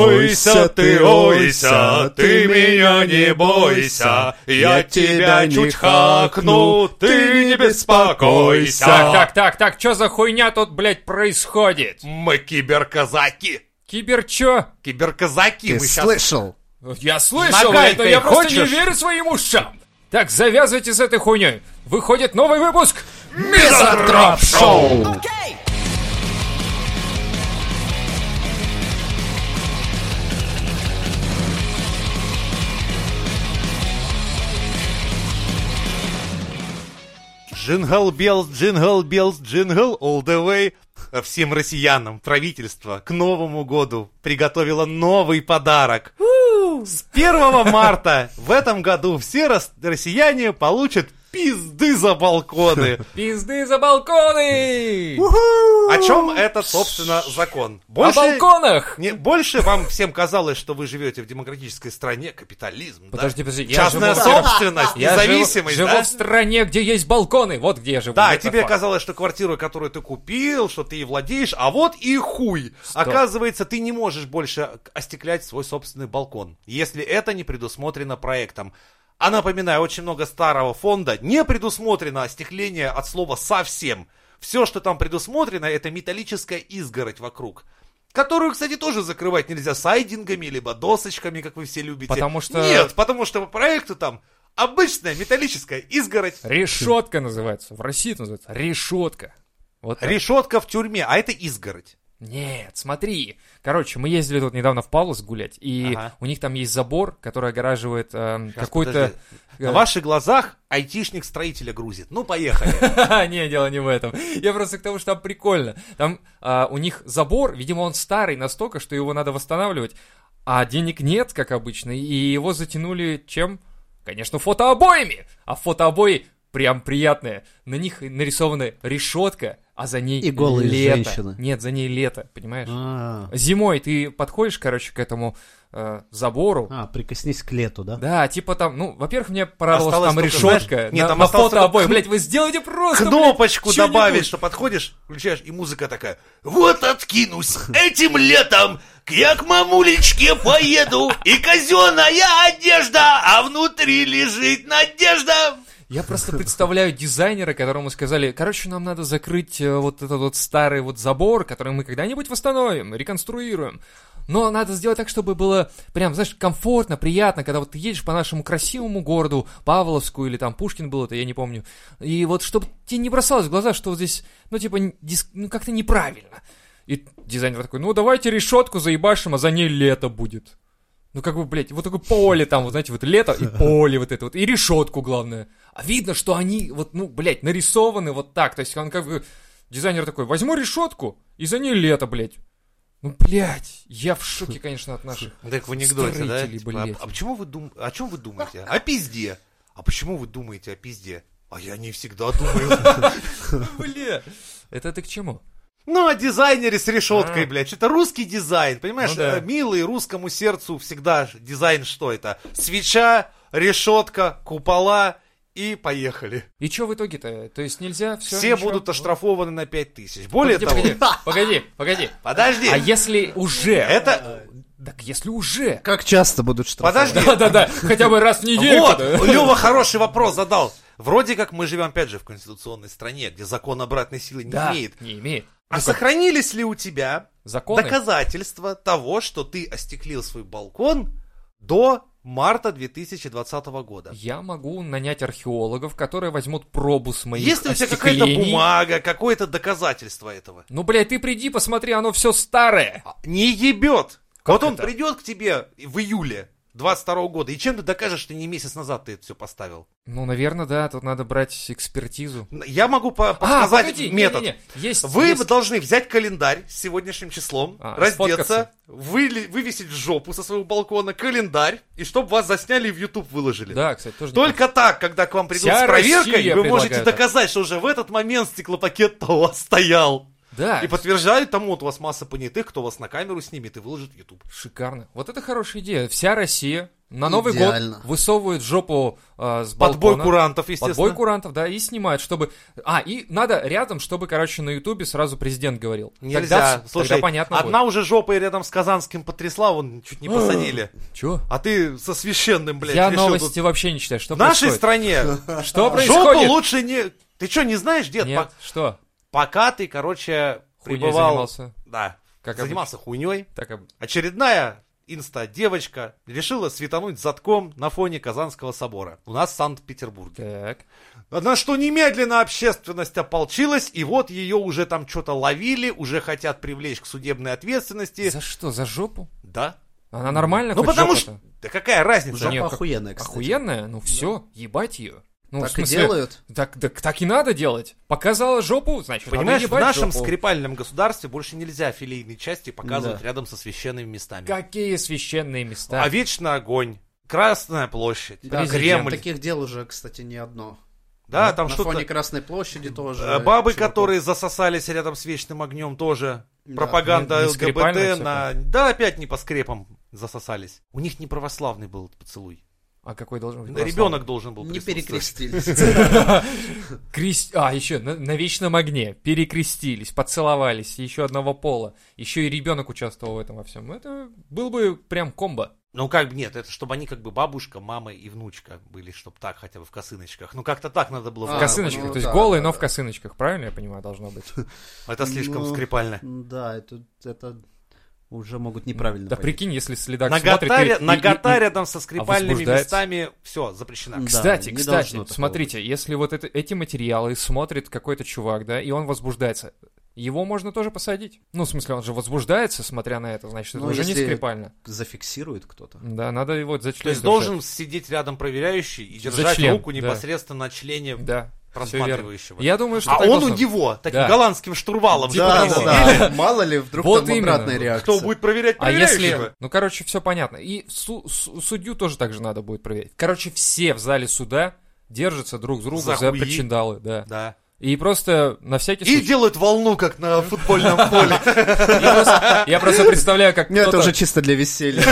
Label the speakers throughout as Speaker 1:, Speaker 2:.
Speaker 1: Ойся ты, ойся, ты меня не бойся, я тебя чуть хакну, ты не беспокойся.
Speaker 2: Так, так, так, так, что за хуйня тут, блядь, происходит?
Speaker 1: Мы киберказаки.
Speaker 2: Кибер чё?
Speaker 1: Киберказаки
Speaker 3: Ты
Speaker 1: мы сейчас...
Speaker 3: слышал?
Speaker 2: Я слышал
Speaker 1: Нагайкой
Speaker 2: это, я просто не
Speaker 1: хочешь?
Speaker 2: верю своим ушам. Так, завязывайте с этой хуйней. Выходит новый выпуск.
Speaker 1: Мизантроп Шоу! Джингл белс, джингл белс, джингл all the way. Всем россиянам правительство к Новому году приготовило новый подарок. С 1 марта в этом году все рос- россияне получат пизды за балконы.
Speaker 2: Пизды за балконы!
Speaker 1: О чем это, собственно, закон?
Speaker 2: О
Speaker 1: Больше,
Speaker 2: балконах!
Speaker 1: не, больше вам всем казалось, что вы живете в демократической стране, капитализм, да?
Speaker 2: Подожди, подожди, я
Speaker 1: частная
Speaker 2: живу-
Speaker 1: собственность,
Speaker 2: Я
Speaker 1: независимость,
Speaker 2: живу,
Speaker 1: да?
Speaker 2: живу в стране, где есть балконы. Вот где я живу.
Speaker 1: Да,
Speaker 2: это
Speaker 1: тебе
Speaker 2: факт.
Speaker 1: казалось, что квартира, которую ты купил, что ты и владеешь, а вот и хуй. Оказывается, ты не можешь больше остеклять свой собственный балкон, если это не предусмотрено проектом. А напоминаю, очень много старого фонда не предусмотрено остекление от слова совсем. Все, что там предусмотрено, это металлическая изгородь вокруг. Которую, кстати, тоже закрывать нельзя сайдингами, либо досочками, как вы все любите.
Speaker 2: Потому что-
Speaker 1: Нет, потому что по проекту там обычная металлическая изгородь.
Speaker 2: Решетка называется. В России это называется решетка. Вот так.
Speaker 1: Решетка в тюрьме, а это изгородь.
Speaker 2: Нет, смотри. Короче, мы ездили тут недавно в Павловск гулять, и
Speaker 1: Ага.
Speaker 2: у них там есть забор, который огораживает эм,
Speaker 1: Щас,
Speaker 2: какой-то... э,
Speaker 1: подожди. На ваших глазах айтишник строителя грузит. Ну, поехали.
Speaker 2: Ха-ха, не, дело не в этом. Я просто к тому, что там прикольно. Там а, у них забор, видимо, он старый настолько, что его надо восстанавливать, а денег нет, как обычно, и его затянули чем? Конечно, фотообоями! А фотообои прям приятные. На них нарисована решетка, а за ней
Speaker 3: И голые
Speaker 2: лето.
Speaker 3: женщины.
Speaker 2: Нет, за ней лето, понимаешь?
Speaker 3: А,
Speaker 2: Зимой ты подходишь, короче, к этому э, забору.
Speaker 3: а, прикоснись к лету, да?
Speaker 2: Да, типа там, ну, во-первых, мне порадовалось,
Speaker 1: Осталось
Speaker 2: там
Speaker 1: только,
Speaker 2: решетка
Speaker 1: знаешь, нет,
Speaker 2: на,
Speaker 1: там
Speaker 2: на
Speaker 1: осталось только
Speaker 2: фотообои.
Speaker 1: кн-
Speaker 2: Блять, вы сделайте просто, блядь,
Speaker 1: Кнопочку
Speaker 2: что-нибудь.
Speaker 1: добавить, что подходишь, включаешь, и музыка такая. Вот откинусь этим летом, к я к мамулечке поеду, и казенная одежда, а внутри лежит надежда.
Speaker 2: Я просто представляю дизайнера, которому сказали, короче, нам надо закрыть э, вот этот вот старый вот забор, который мы когда-нибудь восстановим, реконструируем. Но надо сделать так, чтобы было прям, знаешь, комфортно, приятно, когда вот ты едешь по нашему красивому городу, Павловску или там Пушкин был, это я не помню. И вот чтобы тебе не бросалось в глаза, что вот здесь, ну типа, н- дис- ну как-то неправильно. И дизайнер такой, ну давайте решетку заебашим, а за ней лето будет. Ну, как бы, блядь, вот такое поле там, вот, знаете, вот лето и поле вот это вот, и решетку, главное. А видно, что они вот, ну, блядь, нарисованы вот так. То есть он как бы, дизайнер такой, возьму решетку, и за ней лето, блядь. Ну, блядь, я в шоке, конечно, от наших.
Speaker 1: Так в анекдоте, да?
Speaker 2: Строители,
Speaker 1: типа,
Speaker 2: блядь.
Speaker 1: а, а почему вы дум... о чем вы думаете? О пизде. А почему вы думаете о пизде? А я не всегда думаю.
Speaker 2: Бля, это ты к чему?
Speaker 1: Ну, о дизайнере с решеткой,
Speaker 2: А.
Speaker 1: блядь. Что-то русский дизайн, понимаешь?
Speaker 2: Ну да.
Speaker 1: Э, Милый русскому сердцу всегда ж- дизайн что это? Свеча, решетка, купола и поехали.
Speaker 2: И чё в итоге-то? То есть нельзя все?
Speaker 1: Все будут оштрафованы на 5000. Более
Speaker 2: Погоди,
Speaker 1: того...
Speaker 2: погоди, погоди, погоди.
Speaker 1: Подожди.
Speaker 2: А э, если уже?
Speaker 1: Это...
Speaker 2: Так если уже?
Speaker 3: Как часто будут штрафовать?
Speaker 1: Подожди.
Speaker 2: Да-да-да, хотя бы раз в неделю.
Speaker 1: Вот,
Speaker 2: да.
Speaker 1: Лева хороший вопрос задал. Вроде как мы живем, опять же, в конституционной стране, где закон обратной силы не
Speaker 2: Да, Ну
Speaker 1: имеет.
Speaker 2: не имеет.
Speaker 1: А
Speaker 2: Ну-ка,
Speaker 1: сохранились ли у тебя
Speaker 2: Законы?
Speaker 1: доказательства того, что ты остеклил свой балкон до марта 2020 года?
Speaker 2: Я могу нанять археологов, которые возьмут пробу с моих
Speaker 1: Есть ли у тебя какая-то
Speaker 2: остеклений?
Speaker 1: бумага, какое-то доказательство этого?
Speaker 2: Ну, блядь, ты приди, посмотри, оно все старое.
Speaker 1: А, Не ебет! вот он
Speaker 2: это?
Speaker 1: придет к тебе в июле 22 года, и чем ты докажешь, что не месяц назад ты это все поставил?
Speaker 2: Ну, наверное, да, тут надо брать экспертизу.
Speaker 1: Я могу по-
Speaker 2: А,
Speaker 1: подсказать
Speaker 2: погоди,
Speaker 1: метод.
Speaker 2: не-не-не, Есть,
Speaker 1: Вы
Speaker 2: есть-
Speaker 1: должны взять календарь с сегодняшним числом,
Speaker 2: А,
Speaker 1: раздеться,
Speaker 2: сфоткаться.
Speaker 1: выли- вывесить в жопу со своего балкона календарь, и чтобы вас засняли и в YouTube выложили.
Speaker 2: Да, кстати, тоже...
Speaker 1: Только так, когда к вам придут
Speaker 2: Вся
Speaker 1: с проверкой,
Speaker 2: Россия
Speaker 1: вы можете
Speaker 2: предлагает
Speaker 1: доказать, что уже в этот момент стеклопакет того стоял.
Speaker 2: неплохо. Да.
Speaker 1: И подтверждают тому, вот у вас масса понятых, кто вас на камеру снимет и выложит в YouTube.
Speaker 2: Шикарно. Вот это хорошая идея. Вся Россия на Новый
Speaker 3: Идеально.
Speaker 2: год высовывает жопу э, с
Speaker 1: Подбой
Speaker 2: балкона.
Speaker 1: курантов, естественно.
Speaker 2: Подбой курантов, да, и снимают, чтобы... А, и надо рядом, чтобы, короче, на Ютубе сразу президент говорил.
Speaker 1: Нельзя.
Speaker 2: Тогда, вс-
Speaker 1: Слушай,
Speaker 2: тогда понятно
Speaker 1: одна уже жопой рядом с Казанским потрясла, вон чуть не посадили.
Speaker 2: будет. Чё?
Speaker 1: А ты со священным, блядь,
Speaker 2: Я
Speaker 1: решил тут-
Speaker 2: новости вообще не читаю. Что
Speaker 1: В нашей
Speaker 2: происходит?
Speaker 1: стране
Speaker 2: Что
Speaker 1: жопу
Speaker 2: происходит?
Speaker 1: лучше не... Ты что, не знаешь, дед?
Speaker 2: Нет,
Speaker 1: По-
Speaker 2: что?
Speaker 1: Пока ты, короче,
Speaker 2: Хуйней
Speaker 1: пребывал...
Speaker 2: занимался.
Speaker 1: Да,
Speaker 2: Как
Speaker 1: занимался хуйней.
Speaker 2: Так,
Speaker 3: а,
Speaker 2: об-
Speaker 1: Очередная инста-девочка решила светануть затком на фоне Казанского собора. У нас в Санкт-Петербурге.
Speaker 2: так.
Speaker 1: На что немедленно общественность ополчилась, и вот ее уже там что-то ловили, уже хотят привлечь к судебной ответственности.
Speaker 2: За что? За жопу?
Speaker 1: Да.
Speaker 2: Она нормально
Speaker 1: Ну
Speaker 2: хоть
Speaker 1: потому
Speaker 2: жопа-то?
Speaker 1: что... Да какая разница?
Speaker 3: Жопа
Speaker 2: нет, как-
Speaker 3: охуенная, кстати.
Speaker 2: Охуенная? Ну все, ебать ее. Ну,
Speaker 3: Так
Speaker 2: в
Speaker 3: и
Speaker 2: смысле,
Speaker 3: делают.
Speaker 2: Так, так, так и надо делать. Показала жопу, значит, надо
Speaker 1: Понимаешь, в
Speaker 2: ебать
Speaker 1: нашем
Speaker 2: жопу.
Speaker 1: скрипальном государстве больше нельзя филейные части показывать
Speaker 3: Да.
Speaker 1: рядом со священными местами.
Speaker 2: Какие священные места.
Speaker 1: А вечно огонь. Красная площадь,
Speaker 3: Да,
Speaker 1: Кремль,
Speaker 3: Таких дел уже, кстати, не одно.
Speaker 1: да, там
Speaker 3: На
Speaker 1: что-то,
Speaker 3: фоне Красной площади тоже.
Speaker 1: э, бабы,
Speaker 3: чуваков.
Speaker 1: которые засосались рядом с вечным огнем тоже,
Speaker 3: Да.
Speaker 1: пропаганда
Speaker 2: Не- не скрипально
Speaker 1: ЛГБТ, на... да, опять не по скрепам засосались. У них не православный был поцелуй,
Speaker 2: А какой должен быть?
Speaker 1: ребенок должен был
Speaker 3: Не
Speaker 1: присутствовать.
Speaker 3: перекрестились.
Speaker 2: прослав- Крес- А, еще на, на вечном огне. Перекрестились, поцеловались, еще одного пола. Еще и ребенок участвовал в этом во всем. Это был бы прям комбо.
Speaker 1: Ну как бы нет, это чтобы они как бы бабушка, мама и внучка были, чтобы так хотя бы в косыночках. Ну как-то так надо было.
Speaker 2: В
Speaker 3: А,
Speaker 1: вкратце.
Speaker 2: косыночках.
Speaker 3: ну
Speaker 2: то есть
Speaker 3: да,
Speaker 2: голые,
Speaker 3: да,
Speaker 2: но
Speaker 3: да.
Speaker 2: в косыночках. Правильно я понимаю, должно быть?
Speaker 1: Это слишком
Speaker 3: Ну,
Speaker 1: скрипально.
Speaker 3: Да, это, это уже могут неправильно.
Speaker 2: Да
Speaker 3: понять.
Speaker 2: прикинь, если следак смотрит
Speaker 1: Нагота,
Speaker 2: и-
Speaker 1: ря-
Speaker 2: и- и-
Speaker 1: нагота
Speaker 2: и-
Speaker 1: рядом со скрипальными
Speaker 2: возбуждается?
Speaker 1: местами, все, запрещена.
Speaker 3: Да,
Speaker 2: Кстати,
Speaker 3: не должно
Speaker 2: кстати,
Speaker 3: такого
Speaker 2: смотрите, если вот это, эти материалы смотрит какой-то чувак, да, и он возбуждается, его можно тоже посадить. Ну, в смысле, он же возбуждается, смотря на это, значит, это
Speaker 3: Ну,
Speaker 2: уже не
Speaker 3: если-
Speaker 2: скрипально.
Speaker 3: Зафиксирует кто-то.
Speaker 1: Ну,
Speaker 2: Да, надо его за член
Speaker 1: То есть
Speaker 2: держать.
Speaker 1: должен сидеть рядом проверяющий и
Speaker 2: За
Speaker 1: держать
Speaker 2: член,
Speaker 1: руку
Speaker 2: да.
Speaker 1: непосредственно на члене
Speaker 2: Да, всё верно.
Speaker 1: просматривающего.
Speaker 2: Я думаю, что
Speaker 1: А
Speaker 2: так
Speaker 1: он
Speaker 2: должно
Speaker 1: у
Speaker 2: быть.
Speaker 1: него, таким
Speaker 2: Да.
Speaker 1: голландским штурвалом. типа
Speaker 3: Да,
Speaker 1: того. ну,
Speaker 3: да, да. Мало ли, вдруг
Speaker 2: Вот
Speaker 3: там
Speaker 2: именно.
Speaker 3: обратная реакция.
Speaker 1: Кто будет проверять
Speaker 2: А если...
Speaker 1: проверяющего?
Speaker 2: Ну, короче, все понятно. И су- су- судью тоже так же надо будет проверить. Короче, все в зале суда держатся друг с другом
Speaker 1: За
Speaker 2: за,
Speaker 1: хуи.
Speaker 2: причиндалы, да.
Speaker 1: Да.
Speaker 2: И просто на всякий
Speaker 1: И
Speaker 2: случай...
Speaker 1: делают волну, как на футбольном поле.
Speaker 2: Я просто, я просто представляю, как
Speaker 3: Нет, Ну, это
Speaker 2: кто-то-
Speaker 3: уже чисто для веселья.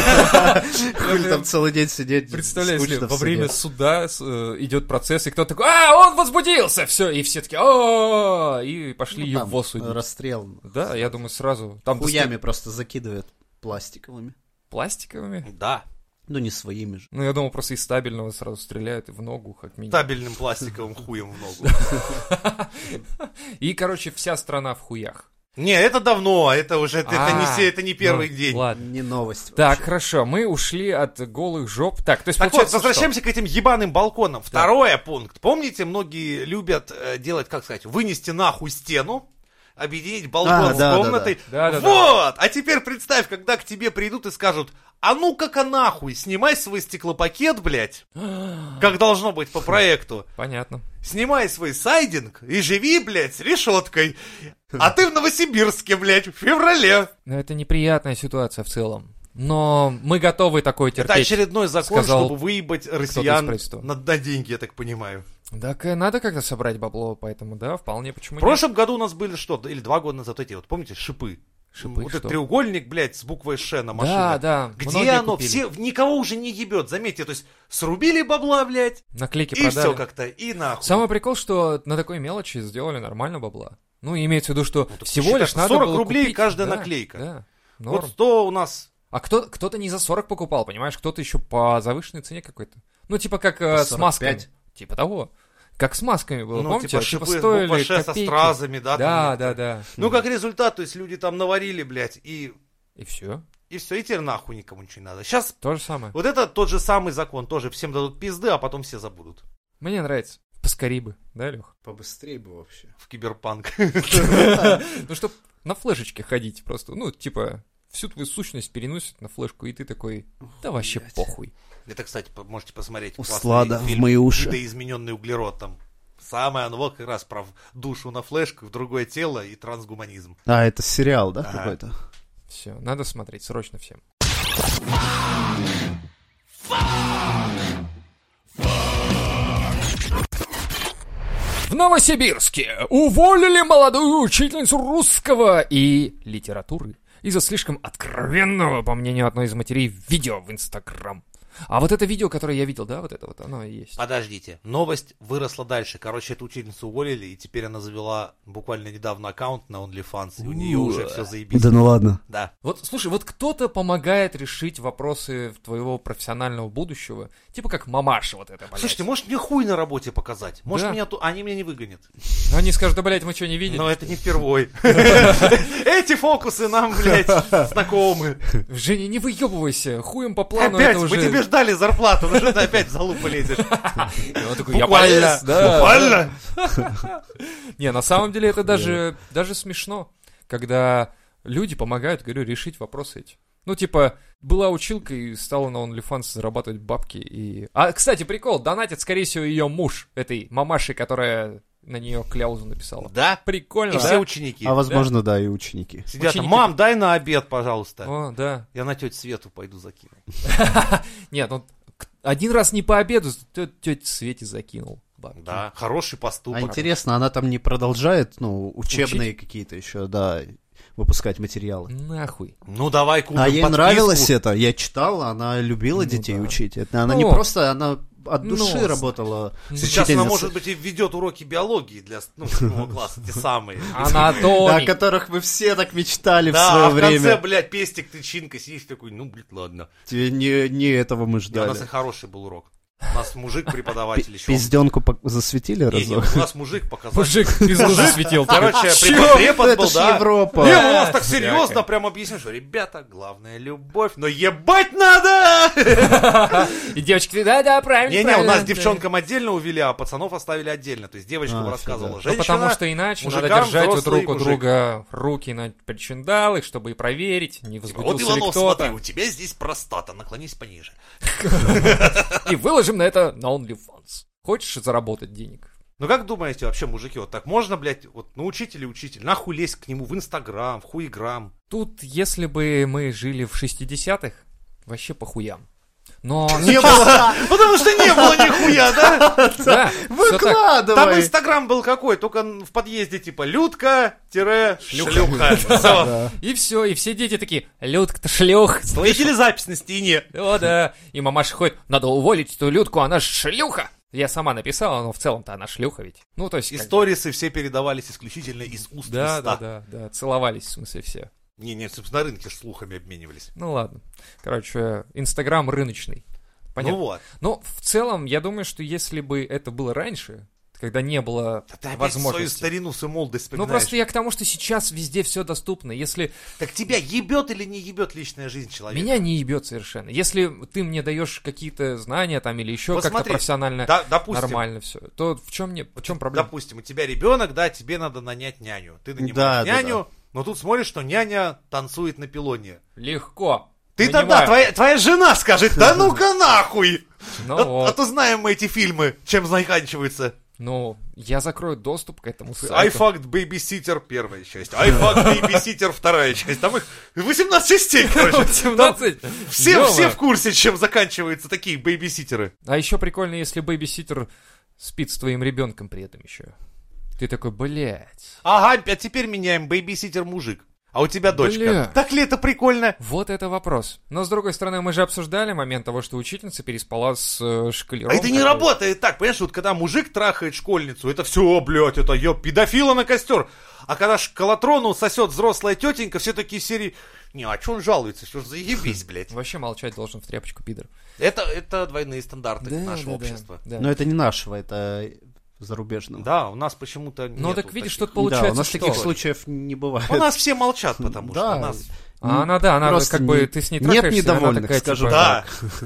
Speaker 3: Хули там целый день сидеть.
Speaker 2: Представляешь,
Speaker 3: скучно
Speaker 2: если
Speaker 3: в
Speaker 2: во
Speaker 3: суде.
Speaker 2: время суда с- э, идет процесс, и кто-то такой, а, он возбудился, все, и все такие, о и пошли
Speaker 3: Ну, там
Speaker 2: его судить.
Speaker 3: Расстрел.
Speaker 2: Да, я думаю, сразу. Там
Speaker 3: Хуями просто закидывают пластиковыми.
Speaker 2: доста- Пластиковыми?
Speaker 1: Да,
Speaker 3: Ну, не своими же.
Speaker 2: Ну, я думал, просто из стабильного сразу стреляют и в ногу, как минимум.
Speaker 1: табельным пластиковым хуем в ногу.
Speaker 2: И, короче, вся страна в хуях.
Speaker 1: Не, это давно, это уже, это не
Speaker 2: А,
Speaker 1: се- это не первый
Speaker 2: ну,
Speaker 1: день.
Speaker 2: Ладно.
Speaker 3: Не новость.
Speaker 2: Так,
Speaker 3: вообще.
Speaker 2: хорошо, мы ушли от голых жоп. Так, то есть,
Speaker 1: Так вот,
Speaker 2: получается, что?
Speaker 1: возвращаемся к этим ебаным балконам. Второй пункт. Помните, многие любят э, делать, как сказать, вынести нахуй стену, объединить балкон
Speaker 3: А,
Speaker 1: с
Speaker 3: да, да,
Speaker 1: комнатой.
Speaker 2: да. Да, да, да.
Speaker 1: вот! А теперь представь, когда к тебе придут и скажут, а ну-ка-ка нахуй, снимай свой стеклопакет, блядь, как должно быть по проекту.
Speaker 2: Понятно.
Speaker 1: Снимай свой сайдинг и живи, блядь, с решеткой. А ты в Новосибирске, блядь, в феврале.
Speaker 2: Но это неприятная ситуация в целом. Но мы готовы такое
Speaker 1: Это
Speaker 2: терпеть.
Speaker 1: очередной закон,
Speaker 2: сказал
Speaker 1: чтобы выебать
Speaker 2: из
Speaker 1: россиян
Speaker 2: правительства.
Speaker 1: на, на деньги, я так понимаю.
Speaker 2: Так э, надо как-то собрать бабло, поэтому, да, вполне почему
Speaker 1: В
Speaker 2: нет.
Speaker 1: прошлом году у нас были что, или два года назад эти, вот помните, шипы?
Speaker 2: Шипы,
Speaker 1: вот
Speaker 2: что?
Speaker 1: этот треугольник, блядь, с буквой Ш на машине.
Speaker 2: Да, да.
Speaker 1: Где
Speaker 2: многие
Speaker 1: оно?
Speaker 2: купили.
Speaker 1: Все, в- никого уже не ебет, заметьте, то есть срубили бабла, блядь,
Speaker 2: Наклейки
Speaker 1: и
Speaker 2: продали.
Speaker 1: все как-то, и нахуй.
Speaker 2: Самый прикол, что на такой мелочи сделали нормально бабла. Ну, имеется в виду, что
Speaker 1: так
Speaker 2: всего лишь
Speaker 1: считай,
Speaker 2: надо
Speaker 1: 40
Speaker 2: было
Speaker 1: рублей
Speaker 2: купить.
Speaker 1: каждая
Speaker 2: Да,
Speaker 1: наклейка.
Speaker 2: Да, норм.
Speaker 1: Вот то у нас
Speaker 2: А кто, кто-то не за 40 покупал, понимаешь? Кто-то еще по завышенной цене какой-то. Ну, типа как э,
Speaker 3: По
Speaker 2: с масками.
Speaker 3: 45.
Speaker 2: Типа того. Как с масками было,
Speaker 1: ну,
Speaker 2: помните?
Speaker 1: типа
Speaker 2: Типа
Speaker 1: шипы
Speaker 2: стоили
Speaker 1: буква Ш со
Speaker 2: копейки.
Speaker 1: стразами, да?
Speaker 2: да,
Speaker 1: там,
Speaker 2: да, да.
Speaker 1: Ну, как результат, то есть люди там наварили, блядь, и,
Speaker 2: И все.
Speaker 1: и все, и теперь нахуй никому ничего не надо. Сейчас
Speaker 2: То же самое.
Speaker 1: вот это тот же самый закон, тоже всем дадут пизды, а потом все забудут.
Speaker 2: Мне нравится. Поскорей бы, да, Лех?
Speaker 3: Побыстрее бы вообще.
Speaker 1: В киберпанк.
Speaker 2: Ну, чтоб на флешечке ходить просто. Ну, типа, всю твою сущность переносит на флешку, и ты такой, да вообще
Speaker 3: Блядь.
Speaker 2: похуй.
Speaker 1: Это, кстати, по- можете посмотреть.
Speaker 3: У
Speaker 1: классный
Speaker 3: Слада в
Speaker 1: фильм
Speaker 3: мои уши.
Speaker 1: «Видоизмененный углерод» там. Самое оно как раз про душу на флешку в другое тело и трансгуманизм.
Speaker 3: А, это сериал, да,
Speaker 1: Ага.
Speaker 3: какой-то?
Speaker 2: Все, надо смотреть срочно всем. В В Новосибирске уволили молодую учительницу русского и литературы из-за слишком откровенного, по мнению одной из матерей, видео в Инстаграм. А вот это видео, которое я видел, да, вот это вот, оно и есть.
Speaker 1: Подождите, новость выросла дальше. Короче, эту учительницу уволили, и теперь она завела буквально недавно аккаунт на OnlyFans, и у нее уже все заебись.
Speaker 3: Да ну ладно.
Speaker 1: Да.
Speaker 2: Вот, слушай, вот кто-то помогает решить вопросы твоего профессионального будущего, типа как мамаша вот это, блядь.
Speaker 1: Слушайте, может мне хуй на работе показать? Может
Speaker 2: Да.
Speaker 1: меня тут... Они меня не выгонят.
Speaker 2: Но они скажут, да, блядь, мы что, не видели?
Speaker 1: Но это не впервой. Эти фокусы нам, блядь, знакомы.
Speaker 2: Женя, не выебывайся, хуем по плану
Speaker 1: Опять,
Speaker 2: это
Speaker 1: мы
Speaker 2: уже...
Speaker 1: тебе ждали зарплату, ну что ты опять в залупу лезешь?
Speaker 2: И он такой, я
Speaker 1: Буквально.
Speaker 2: полез, да.
Speaker 1: Буквально.
Speaker 2: Не, на самом деле это даже, даже смешно, когда люди помогают, говорю, решить вопросы эти. Ну, типа, была училка и стала на OnlyFans зарабатывать бабки и... А, кстати, прикол, донатит, скорее всего, ее муж, этой мамаши, которая на нее кляузу написала.
Speaker 1: Да?
Speaker 2: Прикольно,
Speaker 1: И
Speaker 2: да?
Speaker 1: все ученики.
Speaker 3: А возможно, да, и ученики.
Speaker 1: Сидят там,
Speaker 2: ученики-
Speaker 1: мам, дай на обед, пожалуйста.
Speaker 2: О, да.
Speaker 1: Я на тетю Свету пойду закину.
Speaker 2: Нет, ну, к- один раз не по обеду, тетя Свете закинул бабки.
Speaker 1: Да, хороший
Speaker 3: А
Speaker 1: поступок.
Speaker 3: интересно, она там не продолжает, ну, учебные какие-то еще, да, выпускать материалы?
Speaker 2: Нахуй.
Speaker 1: Ну давай купим
Speaker 3: А ей
Speaker 1: подписку.
Speaker 3: нравилось это, я читал, она любила
Speaker 2: Ну
Speaker 3: детей
Speaker 2: да.
Speaker 3: учить. Это она
Speaker 2: Ну,
Speaker 3: не просто, она от
Speaker 2: ну,
Speaker 3: души
Speaker 2: с-
Speaker 3: работала.
Speaker 1: Сейчас она,
Speaker 3: учительницей.
Speaker 1: может быть, и введет уроки биологии для ну, седьмого класса, те самые.
Speaker 3: Да, о
Speaker 2: Анатомий.
Speaker 3: которых мы все так мечтали в
Speaker 1: Да,
Speaker 3: свое
Speaker 1: а в конце,
Speaker 3: время.
Speaker 1: блядь, пестик, тычинка, сидишь такой, ну, блядь, ладно.
Speaker 3: Тебе Не, не этого
Speaker 1: И
Speaker 3: мы
Speaker 1: У нас
Speaker 3: ждали.
Speaker 1: и хороший был урок. У нас мужик преподаватель еще.
Speaker 3: Пизденку пок- засветили
Speaker 1: Не, не,
Speaker 3: разок.
Speaker 1: у нас мужик показал.
Speaker 2: Мужик пизду засветил.
Speaker 1: Короче,
Speaker 2: Чё?
Speaker 1: препод, препод
Speaker 3: Это
Speaker 1: был,
Speaker 3: ж
Speaker 1: да.
Speaker 3: Европа.
Speaker 1: Не, ну, у нас так
Speaker 2: Да,
Speaker 1: серьезно
Speaker 2: конечно.
Speaker 1: прям объяснил, что, ребята, главная любовь, но ебать надо!
Speaker 2: И девочки, да-да, правильно.
Speaker 1: Не-не, у нас
Speaker 2: правильно,
Speaker 1: девчонкам отдельно увели, а пацанов оставили отдельно. То есть девочкам
Speaker 3: А,
Speaker 1: рассказывала
Speaker 2: Ну,
Speaker 1: женщина.
Speaker 2: потому что иначе надо
Speaker 1: мужикам
Speaker 2: держать вот
Speaker 1: взрослый
Speaker 2: друг у
Speaker 1: мужик.
Speaker 2: друга руки на причиндалах, чтобы и проверить, не
Speaker 1: Типа, Вот,
Speaker 2: возбудился ли
Speaker 1: Иванов, смотри,
Speaker 2: кто-то.
Speaker 1: у тебя здесь простата, наклонись пониже.
Speaker 2: И выложим на это на OnlyFans. Хочешь заработать денег?
Speaker 1: Ну как думаете вообще, мужики, вот так можно, блядь, вот на учителя учитель, нахуй лезть к нему в Инстаграм, в хуиграм?
Speaker 2: Тут, если бы мы жили в 60-х, вообще похуям. Но...
Speaker 3: Не было.
Speaker 1: Потому что не было нихуя, да?
Speaker 2: Да, всё так.
Speaker 1: Там
Speaker 3: Выкладывай.
Speaker 1: Инстаграм был какой, только в подъезде типа Людка-шлюха. Всё.
Speaker 2: И все, и все дети такие, Людка-то шлюх,
Speaker 1: Видели запись на стене?
Speaker 2: О, да. И мамаша ходит, надо уволить эту Людку, она ж шлюха. Я сама написала, но в целом-то она шлюха ведь. Ну, то есть... как бы-
Speaker 1: Историсы все передавались исключительно из уст в
Speaker 2: Да, да,
Speaker 1: уста.
Speaker 2: да, да, целовались, в смысле, все.
Speaker 1: Не, не, собственно, на рынке ж слухами обменивались.
Speaker 2: Ну, ладно. Короче, Инстаграм рыночный.
Speaker 1: Ну
Speaker 2: Понятно.
Speaker 1: вот.
Speaker 2: Но в целом, я думаю, что если бы это было раньше, когда не было
Speaker 1: Да ты опять свою
Speaker 2: возможности...
Speaker 1: старину, свою молодость
Speaker 2: Ну,
Speaker 1: вспоминаешь.
Speaker 2: просто я к тому, что сейчас везде все доступно. Если
Speaker 1: Так тебя ебет или не ебет личная жизнь человека?
Speaker 2: меня не ебет совершенно, если ты мне даешь какие-то знания там или еще
Speaker 1: Вот
Speaker 2: как-то
Speaker 1: смотри,
Speaker 2: профессионально
Speaker 1: Да, допустим,
Speaker 2: нормально все, то в чем мне, в чем проблема?
Speaker 1: допустим, у тебя ребенок, да, тебе надо нанять няню. Ты нанимаешь
Speaker 3: Да, да,
Speaker 1: няню, но тут смотришь, что няня танцует на пилоне.
Speaker 2: Легко.
Speaker 1: Ты
Speaker 2: Понимаю.
Speaker 1: тогда, твоя, твоя жена скажет, да ну-ка нахуй!
Speaker 2: Ну,
Speaker 1: а,
Speaker 2: вот.
Speaker 1: а то знаем мы эти фильмы, чем заканчиваются.
Speaker 2: Ну, я закрою доступ к этому сайту.
Speaker 1: I fucked babysitter первая часть, I fucked babysitter вторая часть. Там их 18 частей, короче.
Speaker 2: 17.
Speaker 1: Все,
Speaker 2: Ёма.
Speaker 1: все в курсе, чем заканчиваются такие бейбиситеры.
Speaker 2: А еще прикольно, если бэйбиситер спит с твоим ребенком при этом еще. Ты такой, блядь.
Speaker 1: Ага, а теперь меняем бейбиситер мужик. А у тебя дочка.
Speaker 2: Бля.
Speaker 1: Так ли это прикольно?
Speaker 2: Вот это вопрос. Но с другой стороны, мы же обсуждали момент того, что учительница переспала с э, шкалером.
Speaker 1: А это не
Speaker 2: который-
Speaker 1: работает так, понимаешь, вот когда мужик трахает школьницу, это все, блядь, это еб, педофила на костер. А когда шкалатрону сосет взрослая тетенька, все такие серии, не, а че он жалуется, что ж заебись, блядь.
Speaker 2: Вообще молчать должен в тряпочку, пидор.
Speaker 1: Это, это двойные стандарты
Speaker 2: Да,
Speaker 1: нашего
Speaker 2: да, да,
Speaker 1: общества.
Speaker 2: да.
Speaker 3: Но это не нашего, это зарубежного.
Speaker 1: Да, у нас почему-то
Speaker 2: Ну
Speaker 1: нету
Speaker 2: так видишь,
Speaker 1: таких.
Speaker 2: что получается,
Speaker 3: Да, у нас
Speaker 2: что-
Speaker 3: таких случаев не бывает.
Speaker 1: У нас все молчат, потому что
Speaker 3: Да.
Speaker 1: у нас
Speaker 2: А она, да, она
Speaker 3: Просто
Speaker 2: как бы,
Speaker 3: не-
Speaker 2: ты с ней
Speaker 3: нет
Speaker 2: трахаешься, и она
Speaker 3: недовольных,
Speaker 2: такая,
Speaker 3: скажу
Speaker 2: типа,
Speaker 1: так.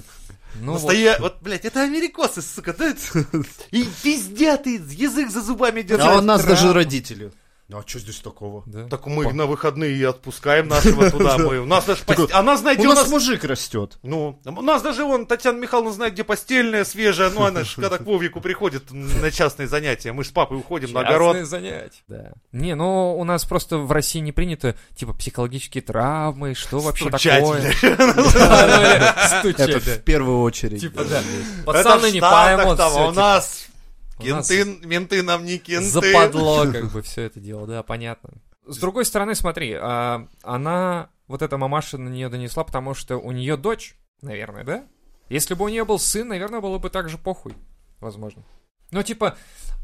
Speaker 2: Ну, вот.
Speaker 1: Настоя... Вот. блядь, это америкосы, сука, да? И пиздят, и язык за зубами держат.
Speaker 3: А у нас
Speaker 2: Тра-
Speaker 3: даже родители. А что здесь такого?
Speaker 2: Да.
Speaker 1: Так мы их на выходные и отпускаем нашего туда. Мы. У нас даже пост- Она,
Speaker 3: У
Speaker 1: знаете, у
Speaker 3: нас
Speaker 1: нас...
Speaker 3: мужик растет.
Speaker 1: Ну, у нас даже вон Татьяна Михайловна знает, где постельная, свежая. Ну, она же когда к Вовику приходит на частные занятия. Мы ж с папой уходим на огород.
Speaker 2: Частные занятия. Да. Не, ну у нас просто в России не принято, типа, психологические травмы, что вообще
Speaker 1: Стучать,
Speaker 2: такое.
Speaker 1: блядь.
Speaker 2: Да, ну,
Speaker 3: Это
Speaker 2: Стучать, да.
Speaker 3: в первую очередь.
Speaker 2: Типа, да.
Speaker 1: Это в
Speaker 2: Пацаны не
Speaker 1: Штатах
Speaker 2: поймут.
Speaker 1: там, а
Speaker 2: всё,
Speaker 1: у
Speaker 2: типа.
Speaker 1: нас...
Speaker 2: нас
Speaker 1: Кенты, менты нам не кенты.
Speaker 2: западло как бы все это дело, да, понятно. С другой стороны, смотри, а, она, вот эта мамаша на нее донесла, потому что у нее дочь, наверное, да? Если бы у нее был сын, наверное, было бы так же похуй, возможно. Ну, типа,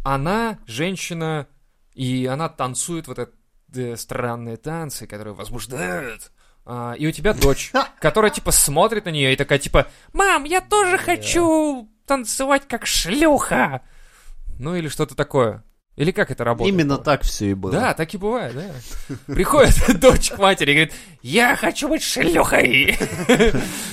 Speaker 2: она женщина, и она танцует вот эти странные танцы, которые возбуждают. А, и у тебя дочь, которая, типа, смотрит на нее и такая, типа, «Мам, я тоже хочу танцевать как шлюха!» Ну, или что-то такое. Или как это работает?
Speaker 3: Именно так все и было.
Speaker 2: Да, так и бывает, да. Приходит дочь к матери и говорит, я хочу быть шлюхой.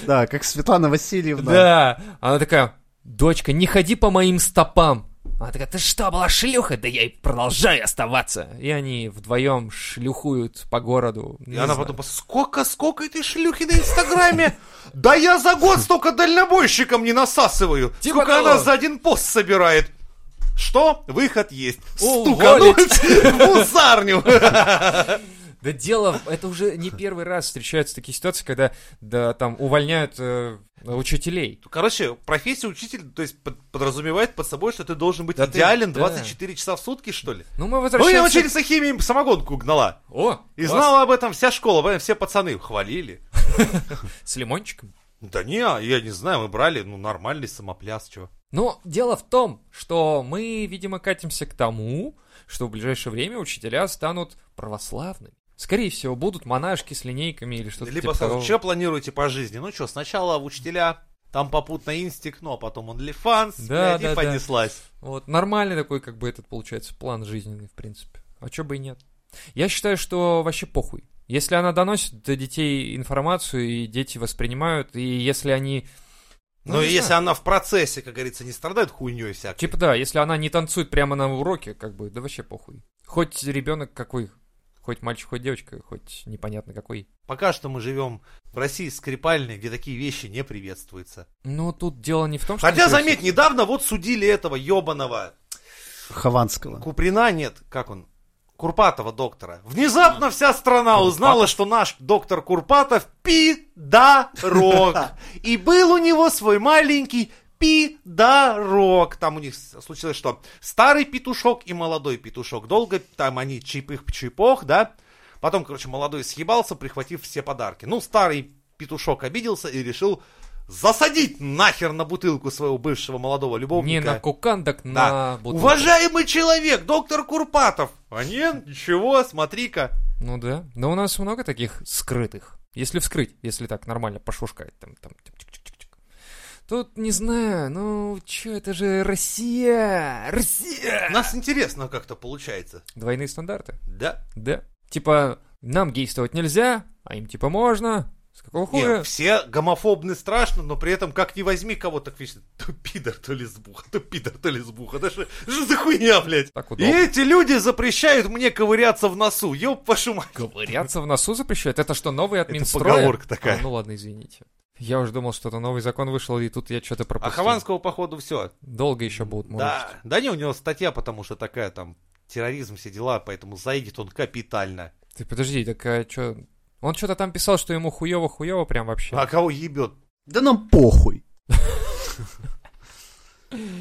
Speaker 3: Да, как Светлана Васильевна.
Speaker 2: Да. Она такая, дочка, не ходи по моим стопам. Она такая, ты что, была шлюха? Да я и продолжаю оставаться. И они вдвоем шлюхуют по городу.
Speaker 1: И
Speaker 2: Не
Speaker 1: она
Speaker 2: знаю.
Speaker 1: потом, пос- сколько, сколько этой шлюхи на Инстаграме? Да я за год столько дальнобойщиком не насасываю.
Speaker 2: Типа
Speaker 1: Сколько
Speaker 2: того.
Speaker 1: она за один пост собирает. Что? Выход есть.
Speaker 2: Уволить.
Speaker 1: Стукануть в мусарню.
Speaker 2: Да дело, в- это уже не первый раз встречаются такие ситуации, когда да, там увольняют э, учителей.
Speaker 1: Короче, профессия учитель, то есть под- подразумевает под собой, что ты должен быть
Speaker 2: Да ты-
Speaker 1: идеален
Speaker 2: да.
Speaker 1: 24 часа в сутки, что ли?
Speaker 2: Ну, мы
Speaker 1: Ну, я
Speaker 2: возвращаемся...
Speaker 1: учительница химии самогонку гнала.
Speaker 2: О,
Speaker 1: И
Speaker 2: класс.
Speaker 1: знала об этом вся школа, об этом все пацаны хвалили.
Speaker 2: С лимончиком.
Speaker 1: Да не, а, я не знаю, мы брали, ну, нормальный самопляс, чего.
Speaker 2: Но дело в том, что мы, видимо, катимся к тому, что в ближайшее время учителя станут православными. Скорее всего, будут монашки с линейками или что-то
Speaker 1: Либо
Speaker 2: типа
Speaker 1: сразу,
Speaker 2: того.
Speaker 1: что планируете по жизни? Ну что, сначала в учителя, там попутно инстик, ну а потом онлифанс,
Speaker 2: Да,
Speaker 1: блядь, и
Speaker 2: да, да.
Speaker 1: понеслась.
Speaker 2: Вот, нормальный такой, как бы, этот, получается, план жизненный, в принципе. А чё бы и нет. Я считаю, что вообще похуй. Если она доносит до детей информацию, и дети воспринимают, и если они...
Speaker 1: Ну, и
Speaker 2: не
Speaker 1: если
Speaker 2: знаю.
Speaker 1: она в процессе, как говорится, не страдает хуйней всякой.
Speaker 2: Типа да, если она не танцует прямо на уроке, как бы, да вообще похуй. Хоть ребенок какой, хоть мальчик, хоть девочка, хоть непонятно какой.
Speaker 1: Пока что мы живем в России скрипальной, где такие вещи не приветствуются.
Speaker 2: Но тут дело не в том, что...
Speaker 1: Хотя,
Speaker 2: они
Speaker 1: заметь, недавно вот судили этого ебаного
Speaker 3: Хованского.
Speaker 1: Куприна, нет, как он, Курпатова доктора. Внезапно вся страна узнала, что наш доктор Курпатов пидорок. И был у него свой маленький пидорок. Там у них с- случилось что? Старый петушок и молодой петушок. Долго там они чипых-чипох, да? Потом, короче, молодой съебался, прихватив все подарки. Ну, старый петушок обиделся и решил засадить нахер на бутылку своего бывшего молодого любовника.
Speaker 2: Не на кукандак,
Speaker 1: Да.
Speaker 2: на бутылку.
Speaker 1: Уважаемый человек, доктор Курпатов. А нет, ничего, смотри-ка.
Speaker 2: Ну да. Но у нас много таких скрытых. Если вскрыть, если так нормально пошушкать, там, там, тик- тик- тик- тик- тик. Тут, не знаю, ну, чё, это же Россия! Россия!
Speaker 1: У Нас интересно как-то получается.
Speaker 2: Двойные стандарты,
Speaker 1: Да.
Speaker 2: да. Типа, нам гействовать нельзя, а им, типа, можно. С какого
Speaker 1: Не,
Speaker 2: хуя?
Speaker 1: все гомофобны страшно, но при этом как ни возьми кого так вечно. То пидор, то лесбуха, то пидор, то лесбуха. Да что что за хуйня, блядь?
Speaker 2: Так
Speaker 1: И
Speaker 2: удобно.
Speaker 1: эти люди запрещают мне ковыряться в носу. Ёб вашу мать.
Speaker 2: Ковыряться в носу запрещают? Это что, новый от
Speaker 1: Это
Speaker 2: Минстроя?
Speaker 1: поговорка такая.
Speaker 2: А, ну ладно, извините. Я уже думал, что это новый закон вышел, и тут я что-то
Speaker 1: А
Speaker 2: пропустил.
Speaker 1: Хованского, походу, все.
Speaker 2: Долго еще будут, может.
Speaker 1: Да. Да не, у него статья, потому что такая там терроризм, все дела, поэтому заедет он капитально.
Speaker 2: Ты подожди, так а чё... Он что-то там писал, что ему хуёво-хуёво прям вообще.
Speaker 1: А кого ебет?
Speaker 3: Да нам похуй.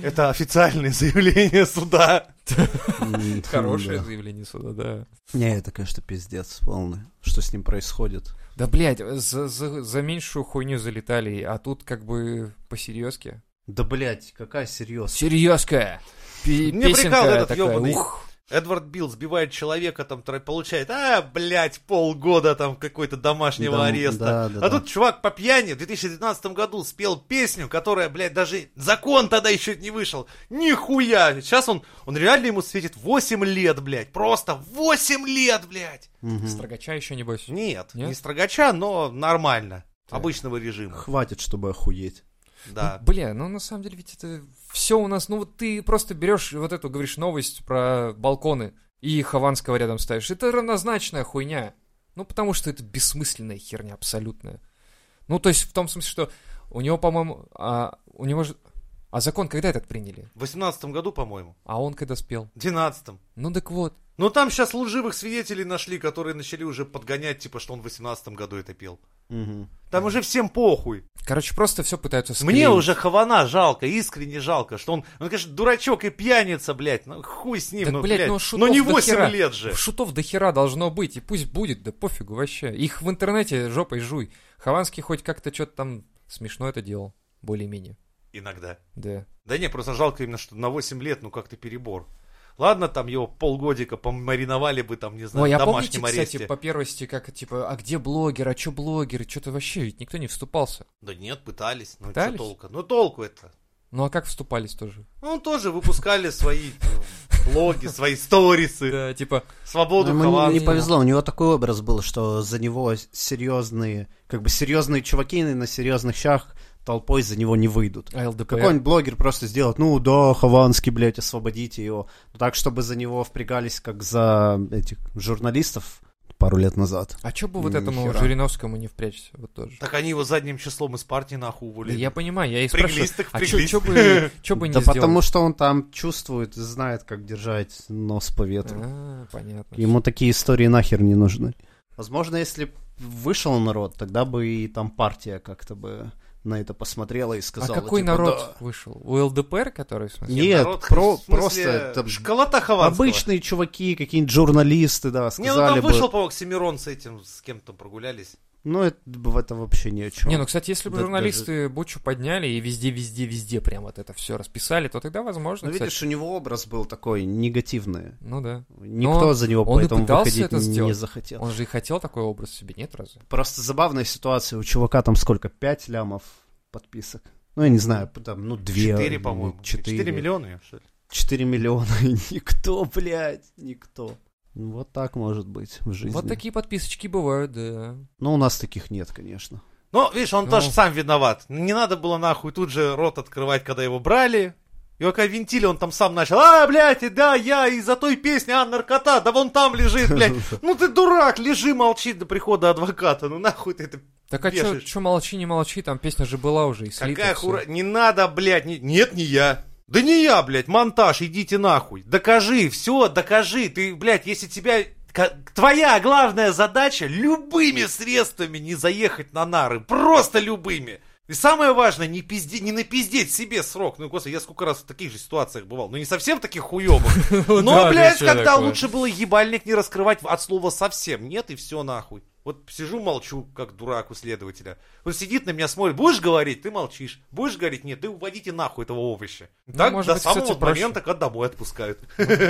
Speaker 1: Это официальное заявление суда.
Speaker 3: М,
Speaker 2: Хорошее
Speaker 3: да.
Speaker 2: заявление суда, да.
Speaker 3: Не, это, конечно, пиздец полный. Что с ним происходит?
Speaker 2: Да, блядь, за, за- за меньшую хуйню залетали, а тут как бы посерьезке.
Speaker 3: Да, блядь, какая серьезность.
Speaker 2: Серьезка! Пи-
Speaker 1: Мне
Speaker 2: песенка
Speaker 1: прикал этот
Speaker 2: такая,
Speaker 1: ёбаный.
Speaker 2: ух.
Speaker 1: Эдвард Билл сбивает человека, там тра- получает, а, блядь, полгода там какой-то домашнего
Speaker 3: Да,
Speaker 1: ареста.
Speaker 3: да, да,
Speaker 1: а
Speaker 3: да.
Speaker 1: тут чувак по пьяни в 2019 году спел песню, которая, блядь, даже закон тогда еще не вышел. Нихуя! Сейчас он, он реально ему светит 8 лет, блядь. Просто 8 лет, блядь!
Speaker 2: Строгача еще небось.
Speaker 1: Нет,
Speaker 2: Нет?
Speaker 1: не строгача, но нормально.
Speaker 2: Так.
Speaker 1: Обычного режима.
Speaker 3: Хватит, чтобы охуеть.
Speaker 1: Да.
Speaker 2: Бля, ну на самом деле ведь это все у нас, ну вот ты просто берешь вот эту, говоришь, новость про балконы и Хованского рядом ставишь. Это равнозначная хуйня. Ну потому что это бессмысленная херня абсолютная. Ну то есть в том смысле, что у него, по-моему, а, у него же... А закон когда этот приняли?
Speaker 1: В 18 году, по-моему.
Speaker 2: А он когда спел?
Speaker 1: В 12
Speaker 2: Ну так вот.
Speaker 1: Ну там сейчас лживых свидетелей нашли, которые начали уже подгонять, типа, что он в 18 году это пел.
Speaker 3: Мгм.
Speaker 1: Там уже всем похуй.
Speaker 2: Короче, просто все пытаются склеить.
Speaker 1: Мне уже Хавана жалко, искренне жалко, что он, он, конечно, дурачок и пьяница, блядь, ну хуй с ним,
Speaker 2: Так,
Speaker 1: ну,
Speaker 2: блядь,
Speaker 1: блядь,
Speaker 2: ну
Speaker 1: но
Speaker 2: шутов
Speaker 1: не
Speaker 2: до
Speaker 1: 8
Speaker 2: хера.
Speaker 1: лет же.
Speaker 2: Шутов до хера должно быть, и пусть будет, да пофигу вообще. Их в интернете жопой жуй. Хованский хоть как-то что-то там смешно это делал, более-менее.
Speaker 1: Иногда.
Speaker 2: Да.
Speaker 1: Да не, просто жалко именно, что на 8 лет, ну как-то перебор. Ладно, там его полгодика помариновали бы, там, не знаю,
Speaker 2: Ой,
Speaker 1: в
Speaker 2: я помните,
Speaker 1: домашнем
Speaker 2: кстати,
Speaker 1: аресте.
Speaker 2: по первости, как, типа, а где блогер, а чё блогер, что-то вообще, ведь никто не вступался.
Speaker 1: Да нет, пытались, ну что
Speaker 2: Пытались?
Speaker 1: толку? Ну толку это.
Speaker 2: Ну а как вступались тоже?
Speaker 1: Ну тоже выпускали свои э, блоги, свои сторисы,
Speaker 2: Да, типа,
Speaker 1: свободу
Speaker 3: Ему не- не,
Speaker 1: Хованского.
Speaker 3: повезло, у него такой образ был, что за него серьезные, как бы серьезные чуваки на серьезных щах толпой за него не выйдут.
Speaker 2: а ЛДПР?
Speaker 3: Какой-нибудь блогер просто сделает, ну да, Хованский, блядь, освободите его. Ну, Так, чтобы за него впрягались, как за этих журналистов пару лет назад.
Speaker 2: А чё бы вот
Speaker 3: Ни
Speaker 2: этому
Speaker 3: хера.
Speaker 2: Жириновскому не впрячься, вот тоже.
Speaker 1: Так они его задним числом из партии нахуй
Speaker 2: Да
Speaker 1: уволили.
Speaker 2: я понимаю, я и
Speaker 1: Впряглись
Speaker 2: спрашиваю,
Speaker 1: так
Speaker 2: а чё,
Speaker 1: впряглись.
Speaker 2: чё бы, чё бы не
Speaker 3: да
Speaker 2: сделал?
Speaker 3: потому что он там чувствует, знает, как держать нос по ветру.
Speaker 2: А, понятно.
Speaker 3: Ему такие истории нахер не нужны. Возможно, если б вышел народ, тогда бы и там партия как-то бы на это посмотрела и
Speaker 2: А
Speaker 3: сказала.
Speaker 2: какой
Speaker 3: типа,
Speaker 2: народ
Speaker 3: «Да».
Speaker 2: вышел? У ЛДПР, который, в смысле?
Speaker 3: Нет,
Speaker 1: народ,
Speaker 3: про-
Speaker 1: в смысле,
Speaker 3: просто это
Speaker 1: Школота Хованского.
Speaker 3: Обычные чуваки, какие-нибудь журналисты, да,
Speaker 1: Не, ну там
Speaker 3: сказали
Speaker 1: вышел,
Speaker 3: бы.
Speaker 1: по-моему, Оксимирон с этим, с кем-то прогулялись.
Speaker 3: Ну, это, б- это вообще ни о чем.
Speaker 2: Не, ну, кстати, если бы
Speaker 3: Да-
Speaker 2: журналисты Бучу подняли и везде-везде-везде прям вот это все расписали, то тогда возможно,
Speaker 3: Ну,
Speaker 2: кстати.
Speaker 3: видишь, у него образ был такой негативный.
Speaker 2: Ну да.
Speaker 3: Никто за него
Speaker 2: он и
Speaker 3: поэтому
Speaker 2: пытался
Speaker 3: выходить
Speaker 2: это
Speaker 3: не
Speaker 2: сделать.
Speaker 3: захотел.
Speaker 2: Он же и хотел такой образ себе, нет разве?
Speaker 3: Просто забавная ситуация. У чувака там сколько? Пять лямов подписок. Ну, я не знаю, там, ну, две.
Speaker 1: Четыре,
Speaker 3: или
Speaker 1: по-моему.
Speaker 3: четыре.
Speaker 1: Четыре миллиона, что ли?
Speaker 3: 4 миллиона, и никто, блядь, никто. Ну, Вот так может быть в жизни.
Speaker 2: Вот такие подписочки бывают, да.
Speaker 3: Но у нас таких нет, конечно.
Speaker 1: Ну, видишь, он
Speaker 2: Ну.
Speaker 1: тоже сам виноват. Не надо было нахуй тут же рот открывать, когда его брали. И пока винтили, он там сам начал, а, блядь, и да, я из-за той песни, а, наркота, да вон там лежит, блядь. Ну ты дурак, лежи, молчи до прихода адвоката, ну нахуй ты это...
Speaker 2: Так а чё,
Speaker 1: Бешишь.
Speaker 2: чё молчи, не молчи, там песня же была уже и слита.
Speaker 1: Какая
Speaker 2: всё.
Speaker 1: хура... Не надо, блядь, не- нет, не я. Да не я, блядь, монтаж, идите нахуй. Докажи, все, докажи. Ты, блядь, если тебя... ка- Твоя главная задача любыми средствами не заехать на нары. Просто любыми. И самое важное, не, пизде, не напиздеть себе срок. Ну, господи, я сколько раз в таких же ситуациях бывал. Ну, не совсем в таких хуёвых.
Speaker 2: Ну
Speaker 1: Но,
Speaker 2: да,
Speaker 1: блядь,
Speaker 2: да, чё
Speaker 1: когда
Speaker 2: такое?
Speaker 1: лучше было ебальник не раскрывать от слова совсем. Нет, и все нахуй. Вот сижу, молчу, как дурак у следователя. Он сидит на меня, смотрит. Будешь говорить? Ты молчишь. Будешь говорить? Нет, ты уводите нахуй этого овоща.
Speaker 2: Ну,
Speaker 1: так
Speaker 2: может
Speaker 1: до
Speaker 2: быть,
Speaker 1: самого
Speaker 2: кстати, проще.
Speaker 1: момента, когда домой отпускают.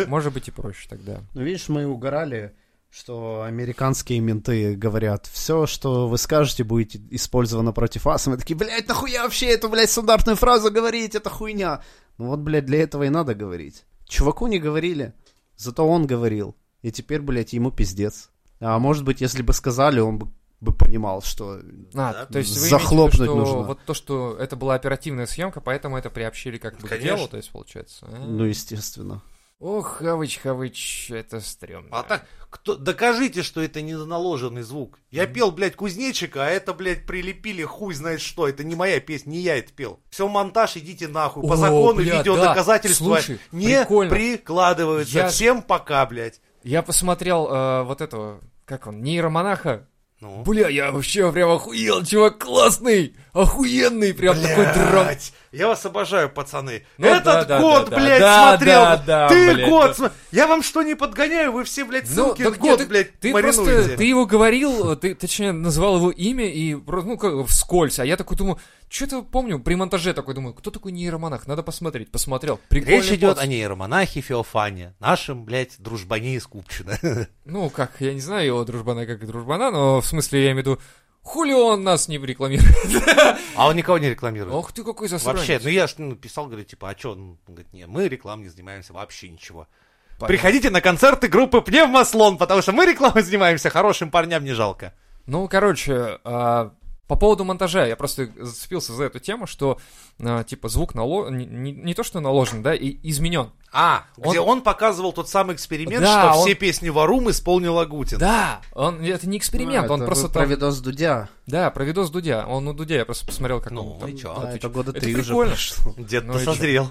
Speaker 2: Может быть и проще тогда.
Speaker 3: Ну, видишь, мы угорали, что американские менты говорят, все, что вы скажете, будет использовано против вас. И мы такие, блядь, нахуя вообще эту, блядь, стандартную фразу говорить, это хуйня. Ну вот, блядь, для этого и надо говорить. Чуваку не говорили, зато он говорил. И теперь, блядь, ему пиздец. А может быть, если бы сказали, он бы, бы понимал, что
Speaker 2: А,
Speaker 1: Да.
Speaker 2: то есть вы
Speaker 3: Захлопнуть
Speaker 2: имеете в виду, что
Speaker 3: нужно.
Speaker 2: Вот то, что это была оперативная съемка, поэтому это приобщили как бы к
Speaker 1: Конечно.
Speaker 2: делу, то есть получается. А.
Speaker 3: Ну, естественно.
Speaker 2: Ох, Хавыч, Хавыч, это стрёмно.
Speaker 1: А так, кто, докажите, что это не наложенный звук. Я пел, блядь, кузнечика, а это, блядь, прилепили хуй знает что. Это не моя песня, не я это пел. Все монтаж, идите нахуй. По
Speaker 2: О,
Speaker 1: закону
Speaker 2: бля,
Speaker 1: видеодоказательства
Speaker 2: да. Слушай,
Speaker 1: не
Speaker 2: прикольно.
Speaker 1: прикладываются.
Speaker 2: Я-
Speaker 1: Всем пока, блядь.
Speaker 2: Я посмотрел э, вот этого, как он, нейромонаха.
Speaker 1: Ну.
Speaker 2: Бля, я вообще прям охуел, чувак классный, охуенный, прям такой дрон.
Speaker 1: Блядь, Я вас обожаю, пацаны.
Speaker 2: Ну да,
Speaker 1: Этот
Speaker 2: да,
Speaker 1: год,
Speaker 2: да, да.
Speaker 1: блядь,
Speaker 2: Да,
Speaker 1: смотрел.
Speaker 2: да, да,
Speaker 1: ты
Speaker 2: блядь,
Speaker 1: год.
Speaker 2: да.
Speaker 1: см- Я вам что не подгоняю, вы все, блядь, ссылки
Speaker 2: Ну, так
Speaker 1: год,
Speaker 2: нет,
Speaker 1: блядь,
Speaker 2: ты
Speaker 1: маринуете.
Speaker 2: просто, ты его говорил, ты, точнее, называл его имя и, про- ну, как вскользь, а я такой думаю, что-то помню, при монтаже такой думаю, кто такой нейромонах, надо посмотреть, посмотрел, прикольный
Speaker 1: Речь идет
Speaker 2: поц.
Speaker 1: о нейромонахе Феофане, нашем, блядь, дружбане из Купчино.
Speaker 2: Ну, как, я не знаю его дружбана как дружбана, но в смысле я имею в виду, хули он нас не рекламирует.
Speaker 1: А он никого не рекламирует.
Speaker 2: Ох ты какой засранец.
Speaker 1: Вообще, ну я ж ну, писал, говорю, типа, а чё? Он говорит, не, мы рекламой не занимаемся вообще ничего.
Speaker 2: Понятно.
Speaker 1: Приходите на концерты группы Пневмослон, потому что мы рекламой занимаемся, хорошим парням не жалко.
Speaker 2: Ну, короче, а, по поводу монтажа, я просто зацепился за эту тему, что, а, типа, звук нало... не, не- не то, что наложен, да, и изменен.
Speaker 1: А,
Speaker 2: Он-
Speaker 1: где он показывал тот самый эксперимент,
Speaker 2: Да,
Speaker 1: что все
Speaker 2: он-
Speaker 1: песни Варум исполнил Агутин.
Speaker 2: Да, он, это не эксперимент,
Speaker 3: А,
Speaker 2: он
Speaker 1: Ну,
Speaker 3: это
Speaker 2: просто
Speaker 3: вы про
Speaker 2: там...
Speaker 3: видос Дудя.
Speaker 2: Да, про видос Дудя. Он у Дудя, я просто посмотрел, как
Speaker 1: Ну,
Speaker 2: он там.
Speaker 1: и чё?
Speaker 2: да,
Speaker 3: Да,
Speaker 2: ты
Speaker 3: это
Speaker 2: чё?
Speaker 3: года
Speaker 2: Это
Speaker 3: три уже
Speaker 2: прикольно.
Speaker 3: прошло.
Speaker 1: Дед
Speaker 2: Ну
Speaker 1: ты
Speaker 2: и
Speaker 1: созрел.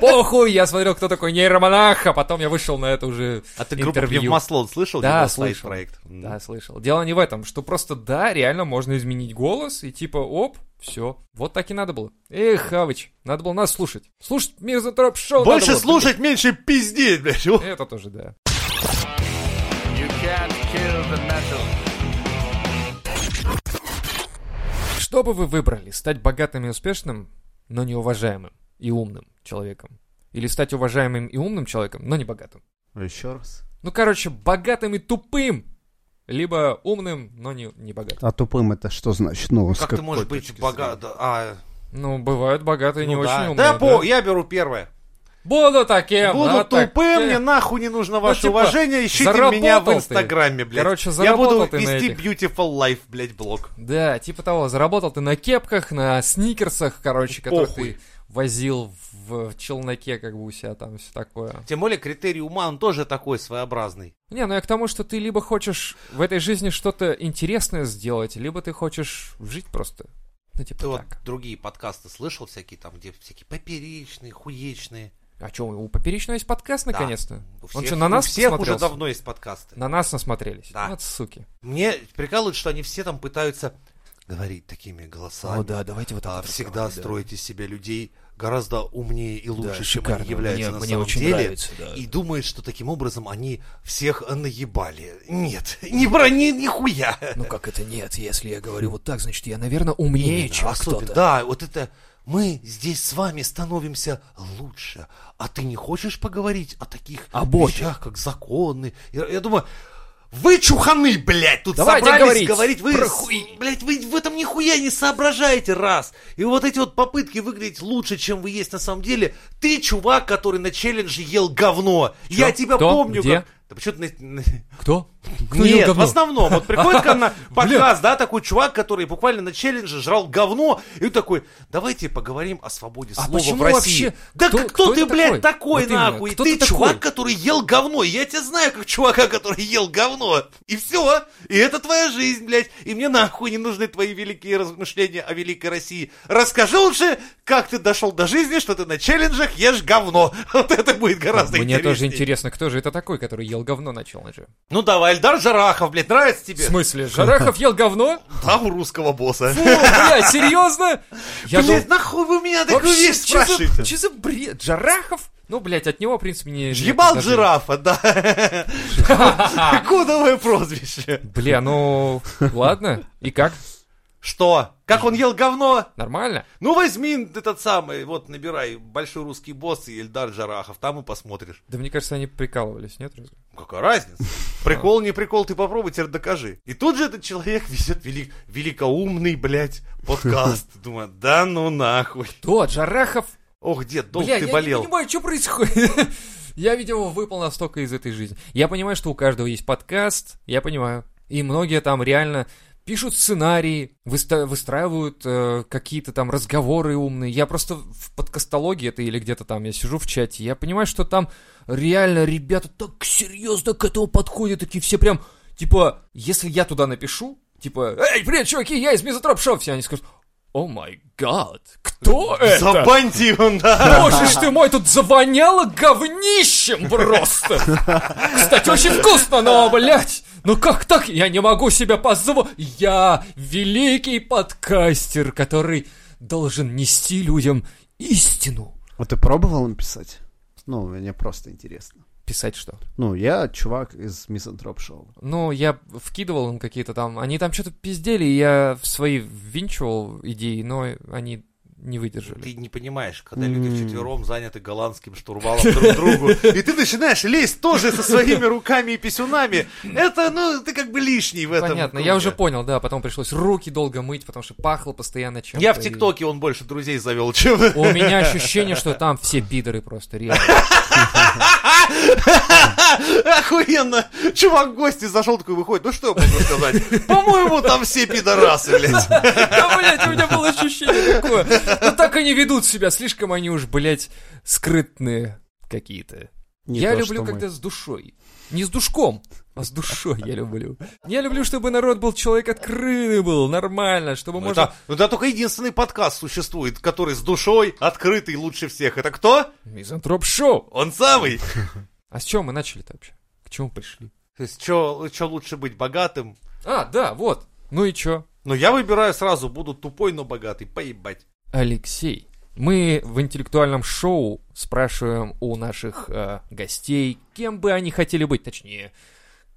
Speaker 2: Похуй, я смотрел, кто такой нейромонах, а потом я вышел на это уже
Speaker 1: А ты группу
Speaker 2: интервью.
Speaker 1: Пневмослон слышал?
Speaker 2: Да,
Speaker 1: Где был стоит
Speaker 2: слышал.
Speaker 1: проект?
Speaker 2: Да, слышал. Дело не в этом, что просто да, реально можно изменить голос и типа оп, все. Вот так и надо было. Эх, Хавыч, надо было нас слушать. Слушать Мир Затроп Шоу надо
Speaker 1: Больше
Speaker 2: было.
Speaker 1: слушать, меньше пиздеть, блядь. Ух.
Speaker 2: Это тоже да. Что бы вы выбрали? Стать богатым и успешным, но неуважаемым и умным человеком? Или стать уважаемым и умным человеком, но не богатым?
Speaker 3: Еще А раз.
Speaker 2: Ну, короче, богатым и тупым, либо умным, но не, не богатым.
Speaker 3: А тупым это что значит? Ну, с
Speaker 1: Как ты
Speaker 3: какой
Speaker 1: можешь быть
Speaker 3: точки
Speaker 1: богат? А,
Speaker 2: Ну, бывают богатые, не
Speaker 1: ну
Speaker 2: очень
Speaker 1: да.
Speaker 2: умные.
Speaker 1: Да,
Speaker 2: да?
Speaker 1: по- я беру первое.
Speaker 2: Буду таким.
Speaker 1: Буду
Speaker 2: да,
Speaker 1: тупым,
Speaker 2: таким.
Speaker 1: мне нахуй не нужно ваше
Speaker 2: типа,
Speaker 1: уважение, ищите
Speaker 2: заработал
Speaker 1: меня в
Speaker 2: ты.
Speaker 1: Инстаграме, блядь.
Speaker 2: Короче,
Speaker 1: я
Speaker 2: заработал
Speaker 1: буду
Speaker 2: ты на
Speaker 1: вести
Speaker 2: этих.
Speaker 1: Beautiful Life, блядь, блог.
Speaker 2: Да, типа того, заработал ты на кепках, на сникерсах, короче, которые
Speaker 1: Ну, Похуй.
Speaker 2: ты возил в, в челноке, как бы у себя там все такое.
Speaker 1: Тем более критерий ума, он тоже такой своеобразный.
Speaker 2: Не, ну я к тому, что ты либо хочешь в этой жизни что-то интересное сделать, либо ты хочешь жить просто. Ну, типа
Speaker 1: Ты вот
Speaker 2: так.
Speaker 1: другие подкасты слышал всякие там, где всякие поперечные, хуечные.
Speaker 2: А что, у поперечного есть подкаст
Speaker 1: Да.
Speaker 2: наконец-то?
Speaker 1: У
Speaker 2: Он
Speaker 1: всех-
Speaker 2: что, на нас
Speaker 1: у всех уже
Speaker 2: насмотрелся?
Speaker 1: давно есть подкасты.
Speaker 2: На нас насмотрелись.
Speaker 1: Да.
Speaker 2: Вот суки.
Speaker 1: Мне прикалывает, что они все там пытаются говорить такими голосами.
Speaker 2: давайте вот
Speaker 1: А всегда строите из себя людей гораздо умнее и лучше, чем
Speaker 2: шикарно.
Speaker 1: они являются
Speaker 2: Мне-
Speaker 1: на
Speaker 2: мне
Speaker 1: самом
Speaker 2: очень
Speaker 1: деле.
Speaker 2: нравится, да.
Speaker 1: И думает, что таким образом они всех наебали. Нет, не брони нихуя.
Speaker 2: Ну как это нет? Если я говорю вот так, значит я, наверное, умнее, чем
Speaker 1: Особенно-
Speaker 2: кто-то.
Speaker 1: а, Да, вот это мы здесь с вами становимся лучше. А ты не хочешь поговорить о таких
Speaker 2: О боте.
Speaker 1: вещах, как законы? Я, я думаю, вы чуханы, блядь, тут
Speaker 2: Давайте
Speaker 1: собрались
Speaker 2: говорить
Speaker 1: вы,
Speaker 2: про
Speaker 1: с-
Speaker 2: хуй.
Speaker 1: блядь, вы в этом нихуя не соображаете, раз. И вот эти вот попытки выглядеть лучше, чем вы есть на самом деле. Ты чувак, который на челлендже ел говно. Я тебя
Speaker 2: Кто?
Speaker 1: помню.
Speaker 2: Где?
Speaker 1: Как... Да почему ты на- на-
Speaker 2: Кто? Кто ел
Speaker 1: нет, в
Speaker 2: говно?
Speaker 1: основном. Вот приходит ко мне подкаст, да, такой чувак, который буквально на челлендже жрал говно, и он такой, давайте поговорим о свободе
Speaker 2: А
Speaker 1: слова
Speaker 2: почему
Speaker 1: в России.
Speaker 2: вообще?
Speaker 1: Да
Speaker 2: Кто-
Speaker 1: кто,
Speaker 2: кто
Speaker 1: ты,
Speaker 2: это
Speaker 1: блядь,
Speaker 2: такой?
Speaker 1: такой,
Speaker 2: Вот именно,
Speaker 1: нахуй?
Speaker 2: кто
Speaker 1: Ты
Speaker 2: ты
Speaker 1: чувак,
Speaker 2: такой?
Speaker 1: который ел говно. Я тебя знаю как чувака, который ел говно. И все. И это твоя жизнь, блядь. И мне нахуй не нужны твои великие размышления о великой России. Расскажи лучше, как ты дошел до жизни, что ты на челленджах ешь говно. Вот это будет гораздо
Speaker 2: Мне тоже
Speaker 1: интереснее.
Speaker 2: интересно, кто же это такой, который ел говно на челлендже?
Speaker 1: Ну давай, Эльдар Жарахов, блядь, нравится тебе?
Speaker 2: В смысле, Жарахов ел говно?
Speaker 1: Да, у русского босса.
Speaker 2: О, бля, серьезно? Я
Speaker 1: Блин,
Speaker 2: думал,
Speaker 1: нахуй вы меня такую
Speaker 2: вообще,
Speaker 1: вещь
Speaker 2: чё за-
Speaker 1: спрашиваете?
Speaker 2: чё за бред? Жарахов? Ну, блядь, от него, в принципе, не...
Speaker 1: Ебал
Speaker 2: даже-
Speaker 1: жирафа, да. Кодовое прозвище.
Speaker 2: Бля, ну, ладно. И как?
Speaker 1: Что? Как он ел говно?
Speaker 2: Нормально?
Speaker 1: Ну возьми этот самый, вот набирай большой русский босс и Эльдар Жарахов, там и посмотришь. Ну,
Speaker 2: Да мне кажется, они прикалывались, нет? разве?
Speaker 1: Какая разница? Прикол, не прикол, ты попробуй, теперь докажи. И тут же этот человек везет велик- великоумный, блядь, подкаст. Думаю, да ну нахуй.
Speaker 2: Тот, Жарахов?
Speaker 1: Ох, дед, долго
Speaker 2: Бля,
Speaker 1: ты
Speaker 2: я
Speaker 1: болел.
Speaker 2: не понимаю, что происходит. Я, видимо, выпал настолько из этой жизни. Я понимаю, что у каждого есть подкаст, я понимаю. И многие там реально пишут сценарии, выста- выстраивают э, какие-то там разговоры умные. Я просто в подкастологии это или где-то там, я сижу в чате, я понимаю, что там реально ребята так серьезно к этому подходят, такие все прям, типа, если я туда напишу, типа, «Эй, привет, чуваки, я из Мизотроп Шоу», все они скажут, «О май гад, кто это?»
Speaker 1: Забаньте его, да.
Speaker 2: Боже ж ты мой, тут завоняло говнищем просто. Кстати, очень вкусно, но, блядь, ну как так? Я не могу себя позволить. Я великий подкастер, который должен нести людям истину.
Speaker 3: А ты пробовал им писать? Ну, мне просто интересно.
Speaker 2: Писать что?
Speaker 3: Ну, я чувак из Мизантроп Шоу.
Speaker 2: Ну, я вкидывал им какие-то там... Они там что-то пиздели, и я в свои ввинчивал идеи, но они не выдержали.
Speaker 1: Ты не понимаешь, когда люди
Speaker 3: М.
Speaker 1: вчетвером заняты голландским штурвалом друг к другу, и ты начинаешь лезть тоже со своими руками и писюнами. Это, ну, ты как бы лишний в этом.
Speaker 2: Понятно,
Speaker 1: круге.
Speaker 2: я уже понял, да, потом пришлось руки долго мыть, потому что пахло постоянно чем-то.
Speaker 1: Я в
Speaker 2: и-
Speaker 1: ТикТоке он больше друзей завел, чем...
Speaker 2: У меня ощущение, что там все пидоры просто, реально.
Speaker 1: Охуенно! Чувак в гости зашел, такой выходит. Ну что я могу сказать? По-моему, там все пидорасы, блядь.
Speaker 2: Да, блядь, у меня было ощущение такое. Ну так они ведут себя, слишком они уж, блядь, скрытные какие-то.
Speaker 3: Не
Speaker 2: Я
Speaker 3: то,
Speaker 2: люблю,
Speaker 3: что мы.
Speaker 2: когда с душой. Не с душком, а с душой я люблю. Я люблю, чтобы народ был человек открытый был, нормально, чтобы
Speaker 1: Ну,
Speaker 2: можно...
Speaker 1: это- ну, да только единственный подкаст существует, который с душой открытый лучше всех. Это кто?
Speaker 2: Мизантроп-шоу!
Speaker 1: Он самый.
Speaker 2: А с чего мы начали-то вообще? К чему пришли?
Speaker 1: То есть, что лучше быть богатым?
Speaker 2: А, да, вот. Ну и чё?
Speaker 1: Но я выбираю сразу, буду тупой, но богатый. Поебать.
Speaker 2: Алексей, мы в интеллектуальном шоу спрашиваем у наших э, гостей, кем бы они хотели быть, точнее,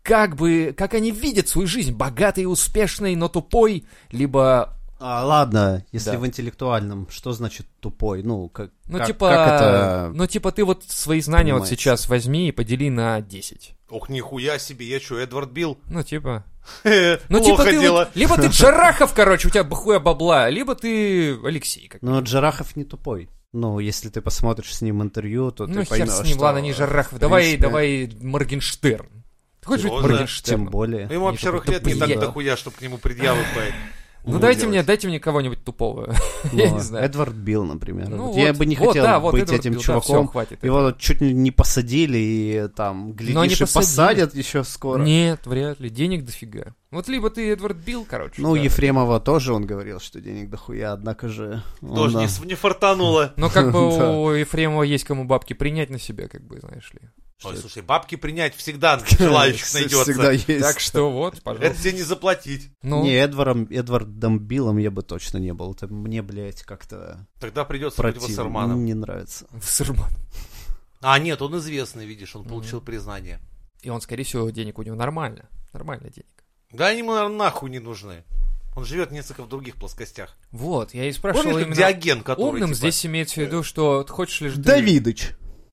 Speaker 2: как бы, как они видят свою жизнь, богатой, успешной, но тупой, либо,
Speaker 3: А, ладно, если
Speaker 2: Да.
Speaker 3: в интеллектуальном, что значит тупой? Ну, как,
Speaker 2: ну
Speaker 3: как-
Speaker 2: типа,
Speaker 3: как это...
Speaker 2: ну типа ты вот свои знания вот
Speaker 3: понимается?
Speaker 2: сейчас возьми и подели на 10.
Speaker 1: Ох, нихуя себе, я что, Эдвард Билл?
Speaker 2: Ну типа, ну типа
Speaker 1: Плохо
Speaker 2: ты
Speaker 1: дело.
Speaker 2: вот, либо ты Джарахов, короче, у тебя бахуя бабла, либо ты Алексей, как
Speaker 3: Но Ну, Джарахов не тупой. Ну, если ты посмотришь с ним интервью, то
Speaker 2: ну
Speaker 3: ты
Speaker 2: хер
Speaker 3: поймешь,
Speaker 2: с ним,
Speaker 3: что,
Speaker 2: ладно, не
Speaker 3: в
Speaker 2: Жарахов,
Speaker 3: принципе,
Speaker 2: давай, давай Моргенштерн. Ты хочешь быть
Speaker 1: Серьезно?
Speaker 2: Моргенштерном?
Speaker 3: Тем более.
Speaker 1: Ну, ему
Speaker 2: не
Speaker 1: вообще
Speaker 2: такой
Speaker 1: лет не
Speaker 2: тупой.
Speaker 1: так
Speaker 3: Я-
Speaker 1: дохуя, чтобы к нему предъявы по-
Speaker 2: типа, Ну дайте
Speaker 1: делать.
Speaker 2: мне, дайте мне кого-нибудь тупого. Я не
Speaker 3: Ну,
Speaker 2: знаю.
Speaker 3: Эдвард Билл, например.
Speaker 2: Ну
Speaker 3: Вот
Speaker 2: вот,
Speaker 3: я бы не
Speaker 2: вот,
Speaker 3: хотел
Speaker 2: да, вот
Speaker 3: быть
Speaker 2: Эдвард
Speaker 3: этим
Speaker 2: Билл, да,
Speaker 3: чуваком.
Speaker 2: всё, хватит.
Speaker 3: Его вот чуть ли не посадили, и там,
Speaker 2: они
Speaker 3: глядишь, и
Speaker 2: посадили.
Speaker 3: посадят еще скоро.
Speaker 2: Нет, вряд ли. Денег дофига. Вот либо ты Эдвард Билл, короче.
Speaker 3: Ну,
Speaker 2: да.
Speaker 3: Ефремова тоже он говорил, что денег дохуя, однако же... он,
Speaker 1: Тоже
Speaker 3: да.
Speaker 1: не с- не фартануло.
Speaker 2: Но как бы
Speaker 3: Да.
Speaker 2: у Ефремова есть кому бабки принять на себя, как бы, знаешь ли.
Speaker 1: Ой, слушай, бабки принять всегда желающих
Speaker 3: Всегда
Speaker 1: найдется.
Speaker 3: есть.
Speaker 2: Так что вот,
Speaker 1: Это
Speaker 2: пожалуйста.
Speaker 1: тебе не заплатить.
Speaker 2: Ну,
Speaker 3: Не, Эдваром, Эдвардом Биллом я бы точно не был. Это мне, блядь, как-то
Speaker 1: Тогда придется быть
Speaker 3: противно.
Speaker 1: Вассерманом.
Speaker 3: Не нравится.
Speaker 2: в Сурман.
Speaker 1: А, нет, он известный, видишь, он получил признание.
Speaker 2: И он, скорее всего, денег у него нормально. Нормально денег.
Speaker 1: Да они ему наверное, нахуй не нужны. Он живет несколько в других плоскостях.
Speaker 2: Вот, я и спрашивал
Speaker 1: Помнишь, как
Speaker 2: именно...
Speaker 1: Диоген, который...
Speaker 2: Умным
Speaker 1: типа,
Speaker 2: здесь имеется в виду, что ты хочешь ли же ты-
Speaker 3: Давидыч.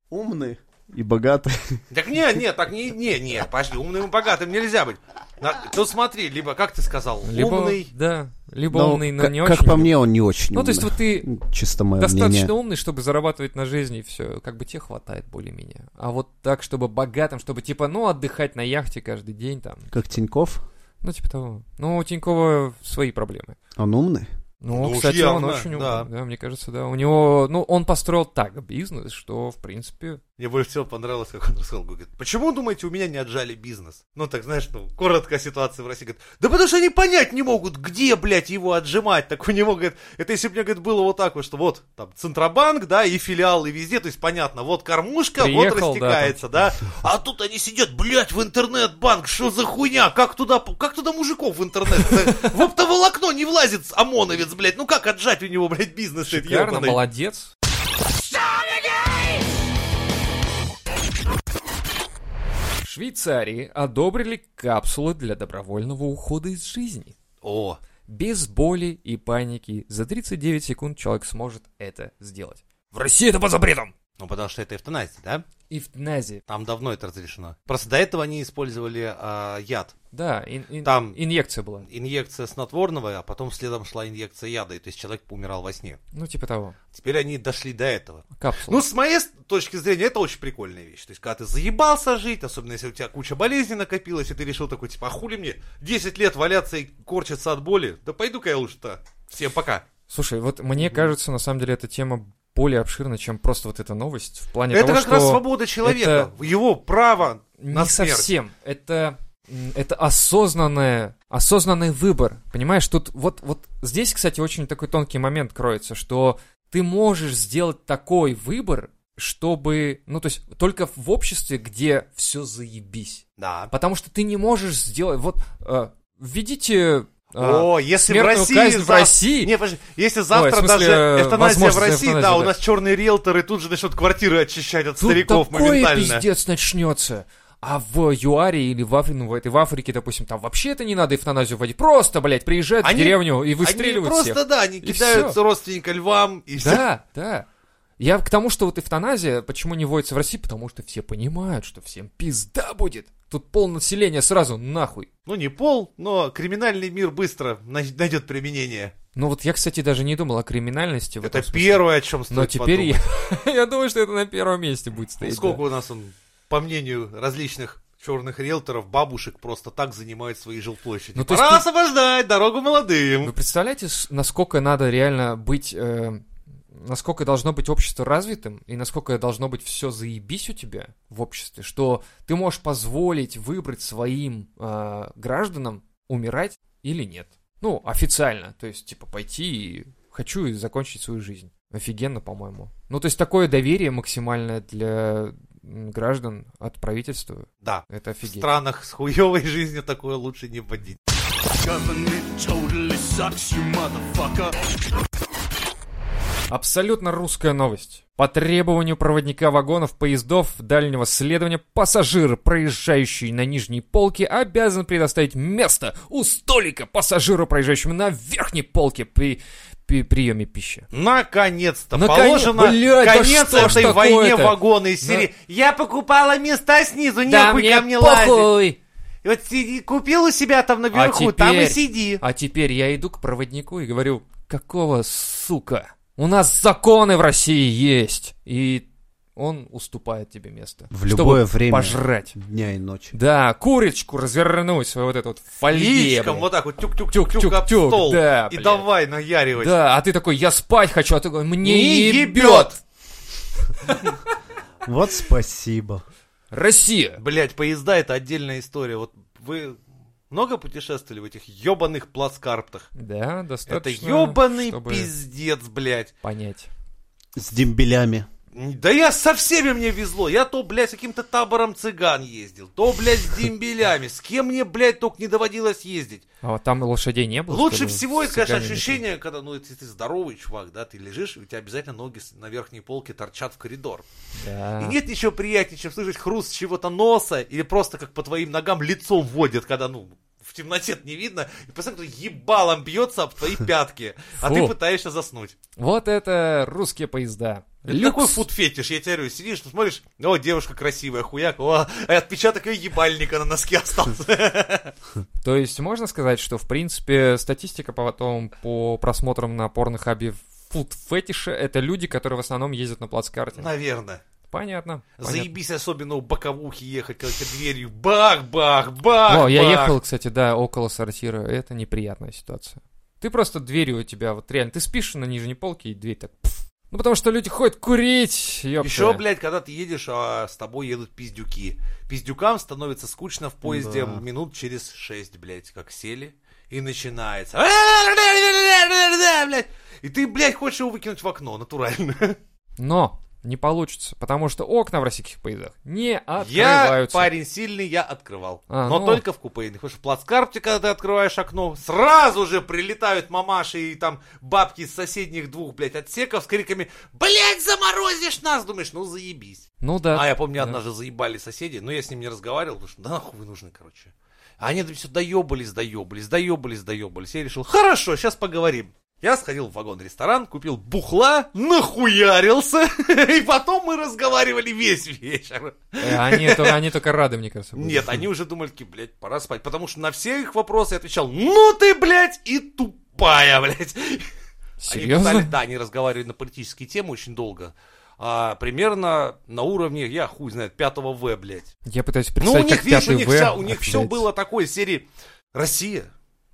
Speaker 3: Умный и богатый.
Speaker 1: Так не, не, так не, не, не, подожди, умным и богатым нельзя быть. На- Тут смотри, либо, как ты сказал,
Speaker 2: Либо,
Speaker 1: умный,
Speaker 2: Да, либо
Speaker 3: Но
Speaker 2: умный, но
Speaker 3: как,
Speaker 2: не
Speaker 3: как
Speaker 2: очень.
Speaker 3: по мне, он не очень
Speaker 2: Ну, то есть
Speaker 3: умный.
Speaker 2: вот ты
Speaker 3: Чисто мое
Speaker 2: достаточно
Speaker 3: мнение.
Speaker 2: умный, чтобы зарабатывать на жизнь и все, как бы тебе хватает более-менее. А вот так, чтобы богатым, чтобы типа, ну, отдыхать на яхте каждый день там,
Speaker 3: Как Тиньков,
Speaker 2: ну, типа того. Ну, у Тинькова свои проблемы.
Speaker 3: он умный.
Speaker 2: Ну,
Speaker 1: Ну, уж
Speaker 2: кстати,
Speaker 1: явно,
Speaker 2: он очень умный,
Speaker 1: да.
Speaker 2: да. мне кажется, да. У него, ну, он построил так бизнес, что, в принципе...
Speaker 1: Мне больше всего понравилось, как он рассказал, говорит, почему, думаете, у меня не отжали бизнес? Ну, так, знаешь, ну, коротко ситуация в России, говорит, да потому что они понять не могут, где, блядь, его отжимать, так у него, говорит, это если бы мне, говорит, было вот так вот, что вот, там, Центробанк, да, и филиалы везде, то есть, понятно, вот кормушка,
Speaker 2: Приехал,
Speaker 1: вот
Speaker 2: да,
Speaker 1: растекается, да, а тут они сидят, блядь, в интернет-банк, что за хуйня, как туда, как туда мужиков в интернет, в оптоволокно не влазит ОМОНовец, блядь, ну как отжать у него, блядь, бизнес этот
Speaker 2: Шикарно,
Speaker 1: ёбаный?
Speaker 2: молодец. В Швейцарии одобрили капсулы для добровольного ухода из жизни.
Speaker 1: О,
Speaker 2: Без боли и паники за 39 секунд человек сможет это сделать. В России это по запретам!
Speaker 1: ну потому что это эвтаназия, да?
Speaker 2: Эвтаназия.
Speaker 1: Там давно это разрешено. Просто до этого они использовали а, яд.
Speaker 2: Да, ин- ин-
Speaker 1: Там-
Speaker 2: инъекция была.
Speaker 1: Инъекция снотворного, а потом следом шла инъекция яда, и то есть человек умирал во сне.
Speaker 2: Ну, типа того.
Speaker 1: Теперь они дошли до этого.
Speaker 2: Капсула.
Speaker 1: Ну, с моей с- точки зрения, это очень прикольная вещь. То есть, когда ты заебался жить, особенно если у тебя куча болезней накопилась, и ты решил такой, типа, а хули мне 10 лет валяться и корчиться от боли? Да пойду-ка я лучше-то. Всем пока.
Speaker 2: Слушай, вот мне кажется, на самом деле, эта тема более обширна, чем просто вот эта новость. В плане
Speaker 1: это
Speaker 2: того,
Speaker 1: как
Speaker 2: что...
Speaker 1: раз свобода человека, его право
Speaker 2: Не
Speaker 1: на смерть.
Speaker 2: совсем. Это, м, это осознанное, осознанный выбор. Понимаешь, тут вот, вот здесь, кстати, очень такой тонкий момент кроется, что ты можешь сделать такой выбор, чтобы, ну, то есть только в обществе, где все заебись.
Speaker 1: Да.
Speaker 2: Потому что ты не можешь сделать, вот, э, введите э,
Speaker 1: О, если в
Speaker 2: смертную
Speaker 1: России
Speaker 2: казнь в
Speaker 1: зав-
Speaker 2: России,
Speaker 1: Не, подожди, если завтра
Speaker 2: Ой, в смысле,
Speaker 1: даже
Speaker 2: э,
Speaker 1: эвтаназия в
Speaker 2: возможность
Speaker 1: России,
Speaker 2: эвтаназии,
Speaker 1: да, у
Speaker 2: да.
Speaker 1: нас черные риэлторы тут же начнут квартиры очищать от
Speaker 2: тут
Speaker 1: стариков
Speaker 2: такое
Speaker 1: моментально.
Speaker 2: пиздец начнется. А в ЮАРе или в Африке, ну, в этой в Африке, допустим, там вообще это не надо эвтаназию вводить. Просто, блядь, приезжают
Speaker 1: Они-
Speaker 2: в деревню и
Speaker 1: Они
Speaker 2: выстреливают
Speaker 1: просто,
Speaker 2: всех.
Speaker 1: да, они
Speaker 2: И
Speaker 1: кидают
Speaker 2: всё.
Speaker 1: родственника львам и всё.
Speaker 2: Да, да. Я к тому, что вот эвтаназия, почему не вводится в России, потому что все понимают, что всем пизда будет. Тут пол населения сразу нахуй.
Speaker 1: Ну, не пол, но криминальный мир быстро най- найдет применение.
Speaker 2: Ну вот я, кстати, даже не думал о криминальности. В
Speaker 1: Это
Speaker 2: этом смысле.
Speaker 1: первое, о чем стоит
Speaker 2: Но теперь
Speaker 1: подумать.
Speaker 2: я, я думаю, что это на первом месте будет
Speaker 1: Ну,
Speaker 2: стоять.
Speaker 1: Сколько
Speaker 2: да.
Speaker 1: у нас, он, по мнению различных черных риэлторов, бабушек просто так занимают свои жилплощади.
Speaker 2: Ну, то есть
Speaker 1: Пора
Speaker 2: ты- Ну,
Speaker 1: освобождать дорогу молодым.
Speaker 2: Вы представляете, с- насколько надо реально быть э, насколько должно быть общество развитым и насколько должно быть все заебись у тебя в обществе, что ты можешь позволить выбрать своим э, гражданам умирать или нет. Ну, официально. То есть, типа, пойти и хочу и закончить свою жизнь. Офигенно, по-моему. Ну, то есть, такое доверие максимальное для м, граждан от правительства.
Speaker 1: Да.
Speaker 2: Это
Speaker 1: В
Speaker 2: офигенно.
Speaker 1: странах с хуевой жизнью такое лучше не вводить.
Speaker 4: Government totally sucks, you motherfucker.
Speaker 2: Абсолютно русская новость. По требованию проводника вагонов поездов дальнего следования пассажир, проезжающий на нижней полке, обязан предоставить место у столика пассажиру, проезжающему на верхней полке при, при приеме пищи.
Speaker 1: Наконец-то
Speaker 2: Наконец-
Speaker 1: положено
Speaker 2: блядь, да
Speaker 1: конец
Speaker 2: что ж
Speaker 1: этой войне
Speaker 2: такое-то?
Speaker 1: вагоны из серии. Я покупала места снизу, нехуй ко мне лазить. И вот сиди, купил у себя там наверху, там и
Speaker 2: А теперь-
Speaker 1: сиди.
Speaker 2: А теперь я иду к проводнику и говорю, какого сука? У нас законы в России есть. И он уступает тебе место.
Speaker 3: В любое
Speaker 2: чтобы
Speaker 3: время.
Speaker 2: пожрать.
Speaker 3: Дня и ночи.
Speaker 2: Да, курочку развернуть, вот этот вот фольге.
Speaker 1: Яичком
Speaker 2: блин.
Speaker 1: вот так вот
Speaker 2: Тюк,
Speaker 1: тюк-тюк-тюк
Speaker 2: тюк,
Speaker 1: об
Speaker 2: тюк,
Speaker 1: стол.
Speaker 2: да,
Speaker 1: и
Speaker 2: блядь.
Speaker 1: давай наяривать.
Speaker 2: Да, а ты такой, я спать хочу, а ты такой, мне
Speaker 1: Не
Speaker 2: ебет.
Speaker 1: ебет.
Speaker 3: Вот спасибо.
Speaker 2: Россия.
Speaker 1: Блять, поезда это отдельная история. Вот вы много путешествовали в этих ебаных плацкартах?
Speaker 2: Да,
Speaker 1: Это
Speaker 2: достаточно.
Speaker 1: ебаный
Speaker 2: чтобы
Speaker 1: пиздец, блядь.
Speaker 2: Понять.
Speaker 3: С дембелями.
Speaker 1: Да я со всеми мне везло. Я то, блядь, с каким-то табором цыган ездил, то, блядь, с дембелями. С кем мне, блядь, только не доводилось ездить.
Speaker 2: А вот там и лошадей не было.
Speaker 1: Лучше
Speaker 2: чтобы
Speaker 1: всего, это,
Speaker 2: ну, с
Speaker 1: конечно,
Speaker 2: цыганами
Speaker 1: ощущение, когда, ну, ты, ты здоровый чувак, да, ты лежишь, и у тебя обязательно ноги с- на верхней полке торчат в коридор.
Speaker 2: ехать. Да.
Speaker 1: И нет ничего приятнее, чем слышать хруст чего-то носа, или просто как по твоим ногам лицом вводят, когда, ну, в темноте не видно, и постоянно кто-то ебалом бьется об твои пятки, а
Speaker 2: Фу.
Speaker 1: ты пытаешься заснуть.
Speaker 2: Вот это русские поезда.
Speaker 1: Это такой фуд-фетиш, я тебе говорю, сидишь, ну, смотришь, о, девушка красивая, хуяк, о, а отпечаток ее ебальника на носке остался.
Speaker 2: То есть можно сказать, что, в принципе, статистика потом по просмотрам на порнохабе фуд-фетиша — это люди, которые в основном ездят на плацкарте.
Speaker 1: Наверное.
Speaker 2: Понятно. понятно.
Speaker 1: Заебись особенно у боковухи ехать, когда тебе дверью бах-бах-бах.
Speaker 2: О, я
Speaker 1: бах.
Speaker 2: ехал, кстати, да, около сортира. Это неприятная ситуация. Ты просто дверью у тебя, вот реально, ты спишь на нижней полке, и дверь так... пф. Ну, потому что люди ходят курить, ёпта.
Speaker 1: Еще, блядь, когда ты едешь, а с тобой едут пиздюки. Пиздюкам становится скучно в поезде
Speaker 3: Да.
Speaker 1: минут через шесть, блядь, как сели. И начинается. блядь. И ты, блядь, хочешь его выкинуть в окно, натурально.
Speaker 2: Но не получится, потому что окна в российских поездах не
Speaker 1: Я
Speaker 2: открываются.
Speaker 1: парень сильный, я открывал.
Speaker 2: А,
Speaker 1: Но
Speaker 2: ну.
Speaker 1: только в купейных. Потому что в плацкарте, когда ты открываешь окно, сразу же прилетают мамаши и там бабки из соседних двух, блядь, отсеков с криками «Блядь, заморозишь нас!» Думаешь, ну заебись.
Speaker 2: Ну да.
Speaker 1: А я помню, однажды заебали соседи, но я с ним не разговаривал, потому что да нахуй вы нужны, короче. А Они все доебались, доебались, доебались, доебались. Я решил, хорошо, сейчас поговорим. Я сходил в вагон-ресторан, купил бухла, нахуярился, и потом мы разговаривали весь вечер.
Speaker 2: Э, Они, то- они только рады, мне кажется. будут.
Speaker 1: Нет, они уже думали, такие, блядь, пора спать. Потому что на все их вопросы я отвечал, ну ты, блядь, и тупая, блядь.
Speaker 2: Серьезно?
Speaker 1: Они писали, да, они разговаривали на политические темы очень долго. А, примерно на уровне, я хуй знает, пятого В, блядь.
Speaker 2: Я пытаюсь
Speaker 1: Ну,
Speaker 2: представить,
Speaker 1: у них,
Speaker 2: как
Speaker 1: видишь, у
Speaker 2: пятый
Speaker 1: них,
Speaker 2: В
Speaker 1: вся- у них все
Speaker 2: общается.
Speaker 1: было такой из серии. Россия,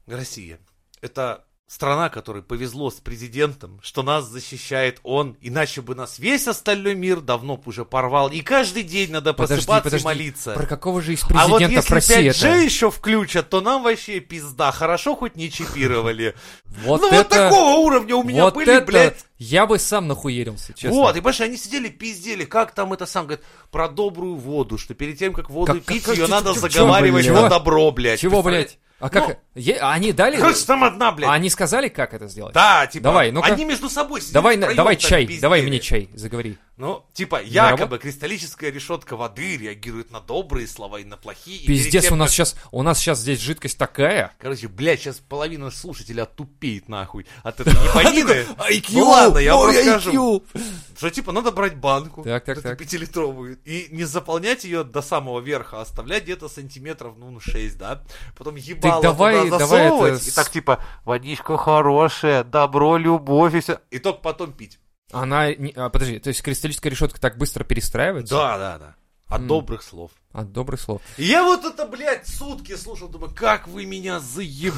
Speaker 1: Россия, это страна, которой повезло с президентом, что нас защищает он, иначе бы нас весь остальной мир давно бы уже порвал. И каждый день надо
Speaker 2: Подожди,
Speaker 1: просыпаться
Speaker 2: подожди,
Speaker 1: и молиться.
Speaker 2: Про какого же из
Speaker 1: А вот
Speaker 2: президентов
Speaker 1: если
Speaker 2: России
Speaker 1: 5G
Speaker 2: это?
Speaker 1: еще включат, то нам вообще пизда. Хорошо хоть не чипировали.
Speaker 2: Вот
Speaker 1: ну
Speaker 2: это...
Speaker 1: вот такого уровня у меня
Speaker 2: вот
Speaker 1: были,
Speaker 2: это...
Speaker 1: блядь.
Speaker 2: Я бы сам нахуерился, честно.
Speaker 1: Вот, и больше они сидели, пиздели, как там это сам, говорит, про добрую воду, что перед тем, как воду
Speaker 2: Как- как-
Speaker 1: пить,
Speaker 2: как-
Speaker 1: ее
Speaker 2: чё-
Speaker 1: надо
Speaker 2: чё- чё,
Speaker 1: заговаривать
Speaker 2: блядь?
Speaker 1: на добро, блядь.
Speaker 2: Чего,
Speaker 1: Представляете?
Speaker 2: блядь? А как... Е- а Они дали...
Speaker 1: Короче, там одна, блядь.
Speaker 2: А они сказали, как это сделать?
Speaker 1: Да, типа,
Speaker 2: Давай, ну-ка.
Speaker 1: они между собой сидят
Speaker 2: Давай, на-
Speaker 1: втроём
Speaker 2: давай
Speaker 1: так
Speaker 2: чай,
Speaker 1: пиздели.
Speaker 2: давай мне чай, заговори.
Speaker 1: Ну, типа,
Speaker 2: работ-
Speaker 1: якобы кристаллическая решетка воды реагирует на добрые слова и на плохие. и перед
Speaker 2: Пиздец,
Speaker 1: тем,
Speaker 2: у нас
Speaker 1: как-
Speaker 2: сейчас, у нас сейчас здесь жидкость такая.
Speaker 1: Короче, блядь, сейчас половина слушателя тупеет нахуй от этой ебанины. Ну ладно, я вам
Speaker 2: Ой,
Speaker 1: расскажу.
Speaker 2: IQ.
Speaker 1: Что типа надо брать банку,
Speaker 2: Так, так,
Speaker 1: вот эту
Speaker 2: так.
Speaker 1: пятилитровую, и не заполнять ее до самого верха, а оставлять где-то сантиметров, ну, 6, да? Потом ебало
Speaker 2: давай-
Speaker 1: туда
Speaker 2: давай это
Speaker 1: засовывать, и
Speaker 2: с-
Speaker 1: так типа, водичка хорошая, добро, любовь и все. И только потом пить.
Speaker 2: Она... не- а, подожди, то есть кристаллическая решетка так быстро перестраивается? А,
Speaker 1: Да, да, да. От добрых слов.
Speaker 2: От добрых слов.
Speaker 1: И я вот это, блядь, сутки слушал, думаю, как вы меня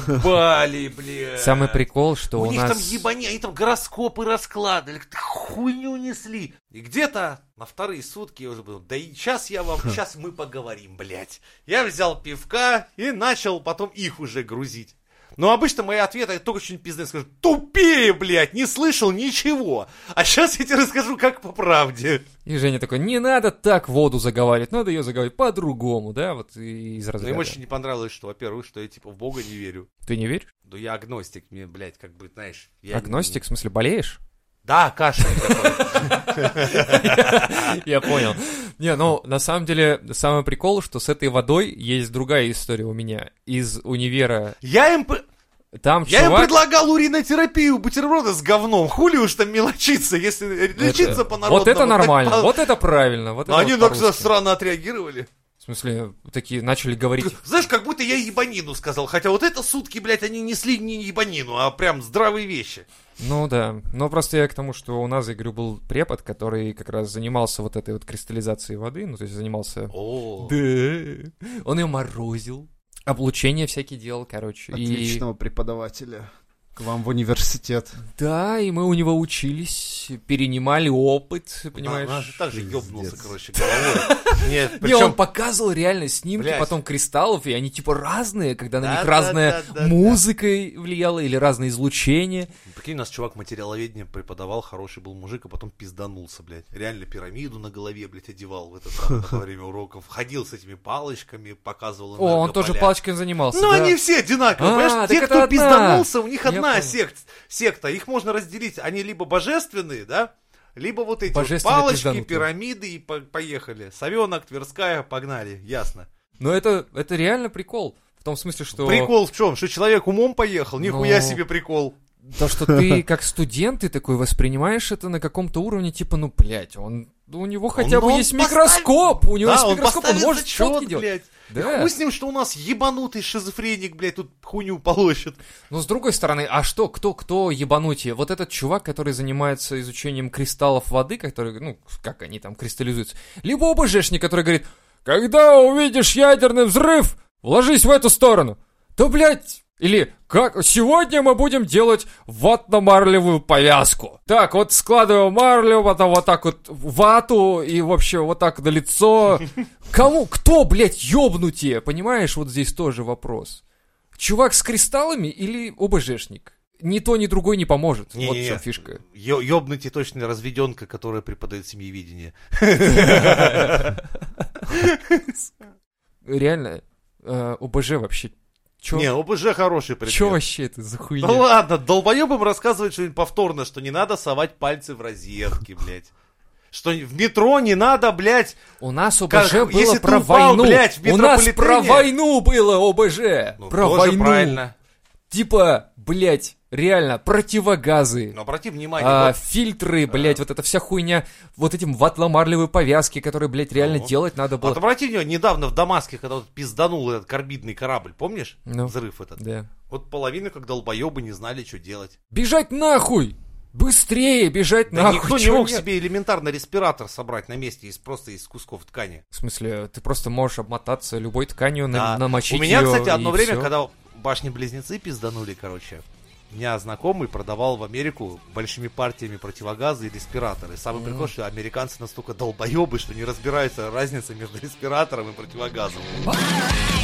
Speaker 1: заебали, блядь.
Speaker 2: Самый прикол, что
Speaker 1: Э, у
Speaker 2: у,
Speaker 1: них там
Speaker 2: нас...
Speaker 1: ебани, они там гороскопы раскладывали, какую-то хуйню несли. И где-то на вторые сутки я уже был, да и сейчас я вам, сейчас мы поговорим, блядь. Я взял пивка и начал потом их уже грузить. Но обычно мои ответы только что-нибудь пиздец скажу. Тупее, блядь, не слышал ничего. А сейчас я тебе расскажу, как по правде.
Speaker 2: И Женя такой, не надо так воду заговаривать, надо ее заговаривать по-другому, да, вот и- из
Speaker 1: Но
Speaker 2: разряда.
Speaker 1: им очень не понравилось, что, во-первых, что я типа в Бога не верю.
Speaker 2: Ты не веришь?
Speaker 1: Ну я агностик, мне, блядь, как бы, знаешь... Я
Speaker 2: Агностик, в смысле, болеешь?
Speaker 1: Да, кашель такой.
Speaker 2: Я понял. Не, ну, на самом деле, самый прикол, что с этой водой есть другая история у меня. Из универа.
Speaker 1: Я им... п-
Speaker 2: Там
Speaker 1: Я им
Speaker 2: чувак...
Speaker 1: предлагал уринотерапию, бутерброды с говном. Хули уж там мелочиться, если
Speaker 2: Это-
Speaker 1: лечиться по народному.
Speaker 2: Вот это нормально, вот это правильно. Вот это
Speaker 1: Они
Speaker 2: вот
Speaker 1: так
Speaker 2: по-русски.
Speaker 1: странно отреагировали.
Speaker 2: В смысле, такие начали говорить.
Speaker 1: Знаешь, как будто я ебанину сказал. Хотя вот это сутки, блядь, они несли не ебанину, а прям здравые вещи.
Speaker 2: Ну да, но просто я к тому, что у нас, я говорю, был препод, который как раз занимался вот этой вот кристаллизацией воды, ну то есть занимался...
Speaker 1: О,
Speaker 2: Да. Он ее морозил, облучение всякие делал, короче. и-
Speaker 3: Отличного преподавателя к вам в университет.
Speaker 2: Да, и мы у него учились, перенимали опыт,
Speaker 1: понимаешь? Она
Speaker 2: понимаешь?
Speaker 1: же А, так же ебнулся,
Speaker 3: Пиздец.
Speaker 1: короче, головой. Нет,
Speaker 2: Не, он
Speaker 1: причем...
Speaker 2: показывал реально снимки
Speaker 1: Блядь.
Speaker 2: потом кристаллов, и они типа разные, когда на
Speaker 1: Да,
Speaker 2: них
Speaker 1: да,
Speaker 2: разная
Speaker 1: да, да, да.
Speaker 2: музыка влияла или разное излучение.
Speaker 1: Прикинь, нас чувак материаловедение преподавал, хороший был мужик, а потом пизданулся, блядь. Реально пирамиду на голове, блядь, одевал в это самое, во время уроков. Ходил с этими палочками, показывал
Speaker 2: О, он тоже
Speaker 1: энергополя.
Speaker 2: палочками занимался.
Speaker 1: Ну,
Speaker 2: да.
Speaker 1: они все одинаковые,
Speaker 2: А,
Speaker 1: понимаешь?
Speaker 2: так
Speaker 1: Те,
Speaker 2: это
Speaker 1: кто
Speaker 2: одна.
Speaker 1: пизданулся, у них
Speaker 2: Я
Speaker 1: одна
Speaker 2: понял.
Speaker 1: сект, секта. Их можно разделить. Они либо божественные, да? Либо вот эти вот
Speaker 2: Божественные
Speaker 1: палочки,
Speaker 2: пизданутые.
Speaker 1: пирамиды и по- поехали. Совенок, Тверская, погнали, ясно.
Speaker 2: Но это, это реально прикол. В том смысле, что...
Speaker 1: Прикол в чем? Что человек умом поехал? Нихуя
Speaker 2: Ну.
Speaker 1: себе прикол.
Speaker 2: То, что ты как студент, ты такой воспринимаешь это на каком-то уровне, типа, ну, блядь, он... У него хотя бы
Speaker 1: он
Speaker 2: есть
Speaker 1: поставит-
Speaker 2: микроскоп, у него
Speaker 1: Да,
Speaker 2: есть
Speaker 1: он
Speaker 2: микроскоп, он
Speaker 1: поставит
Speaker 2: может
Speaker 1: зачет,
Speaker 2: фотки делать. Э.
Speaker 1: блядь. И
Speaker 2: Да.
Speaker 1: хуй с ним, что у нас ебанутый шизофреник, блядь, тут хуйню полощет.
Speaker 2: Но с другой стороны, а что, кто, кто ебанутие? Вот этот чувак, который занимается изучением кристаллов воды, которые, ну, как они там кристаллизуются, либо ОБЖшник, который говорит, когда увидишь ядерный взрыв, вложись в эту сторону. Да, блядь, или как сегодня мы будем делать ватно-марлевую повязку. Так, вот складываем марлю, потом вот так вот в вату и вообще вот так на лицо. Кому, кто, блядь, ёбнутие? Понимаешь, вот здесь тоже вопрос. Чувак с кристаллами или ОБЖшник? Ни то, ни другой не поможет. вот в
Speaker 1: Не-не-не.
Speaker 2: чем фишка.
Speaker 1: Ё- Ёбнутый точно разведенка, которая преподает семьевидение.
Speaker 2: Реально, э, ОБЖ вообще... Чё,
Speaker 1: Не, ОБЖ хороший предмет.
Speaker 2: чё вообще это за хуйня?
Speaker 1: Да Ну ладно, долбоебам рассказывать что-нибудь повторно, что не надо совать пальцы в розетки, блядь. Что в метро не надо, блядь.
Speaker 2: У нас ОБЖ
Speaker 1: Как,
Speaker 2: было
Speaker 1: если ты
Speaker 2: про
Speaker 1: упал,
Speaker 2: войну.
Speaker 1: блядь, в
Speaker 2: У нас про
Speaker 1: метрополитене?
Speaker 2: войну было ОБЖ.
Speaker 1: Ну,
Speaker 2: про
Speaker 1: тоже
Speaker 2: войну.
Speaker 1: правильно.
Speaker 2: Типа, блядь, реально, противогазы.
Speaker 1: Но обрати внимание,
Speaker 2: а,
Speaker 1: вот
Speaker 2: фильтры, блядь, вот эта вся хуйня, вот этим ватломарлевые повязки, которые, блядь, реально
Speaker 1: Ну.
Speaker 2: делать надо было.
Speaker 1: Вот обрати внимание, недавно в Дамаске, когда вот пизданул этот корбидный корабль, помнишь?
Speaker 2: Ну.
Speaker 1: Взрыв этот.
Speaker 2: Да.
Speaker 1: Вот половина, как долбоебы, не знали, что делать.
Speaker 2: Бежать нахуй! Быстрее бежать
Speaker 1: Да
Speaker 2: нахуй!
Speaker 1: никто не
Speaker 2: чё
Speaker 1: мог
Speaker 2: нет?
Speaker 1: себе элементарно респиратор собрать на месте из просто из кусков ткани.
Speaker 2: В смысле, ты просто можешь обмотаться любой тканью,
Speaker 1: Да.
Speaker 2: на намочить
Speaker 1: У меня,
Speaker 2: её,
Speaker 1: кстати, одно
Speaker 2: и
Speaker 1: время,
Speaker 2: всё.
Speaker 1: когда башни-близнецы пизданули, короче, у меня знакомый продавал в Америку большими партиями противогазы и респираторы. Самый прикол, что американцы настолько долбоебы, что не разбираются разница между респиратором и противогазом.
Speaker 5: Alright,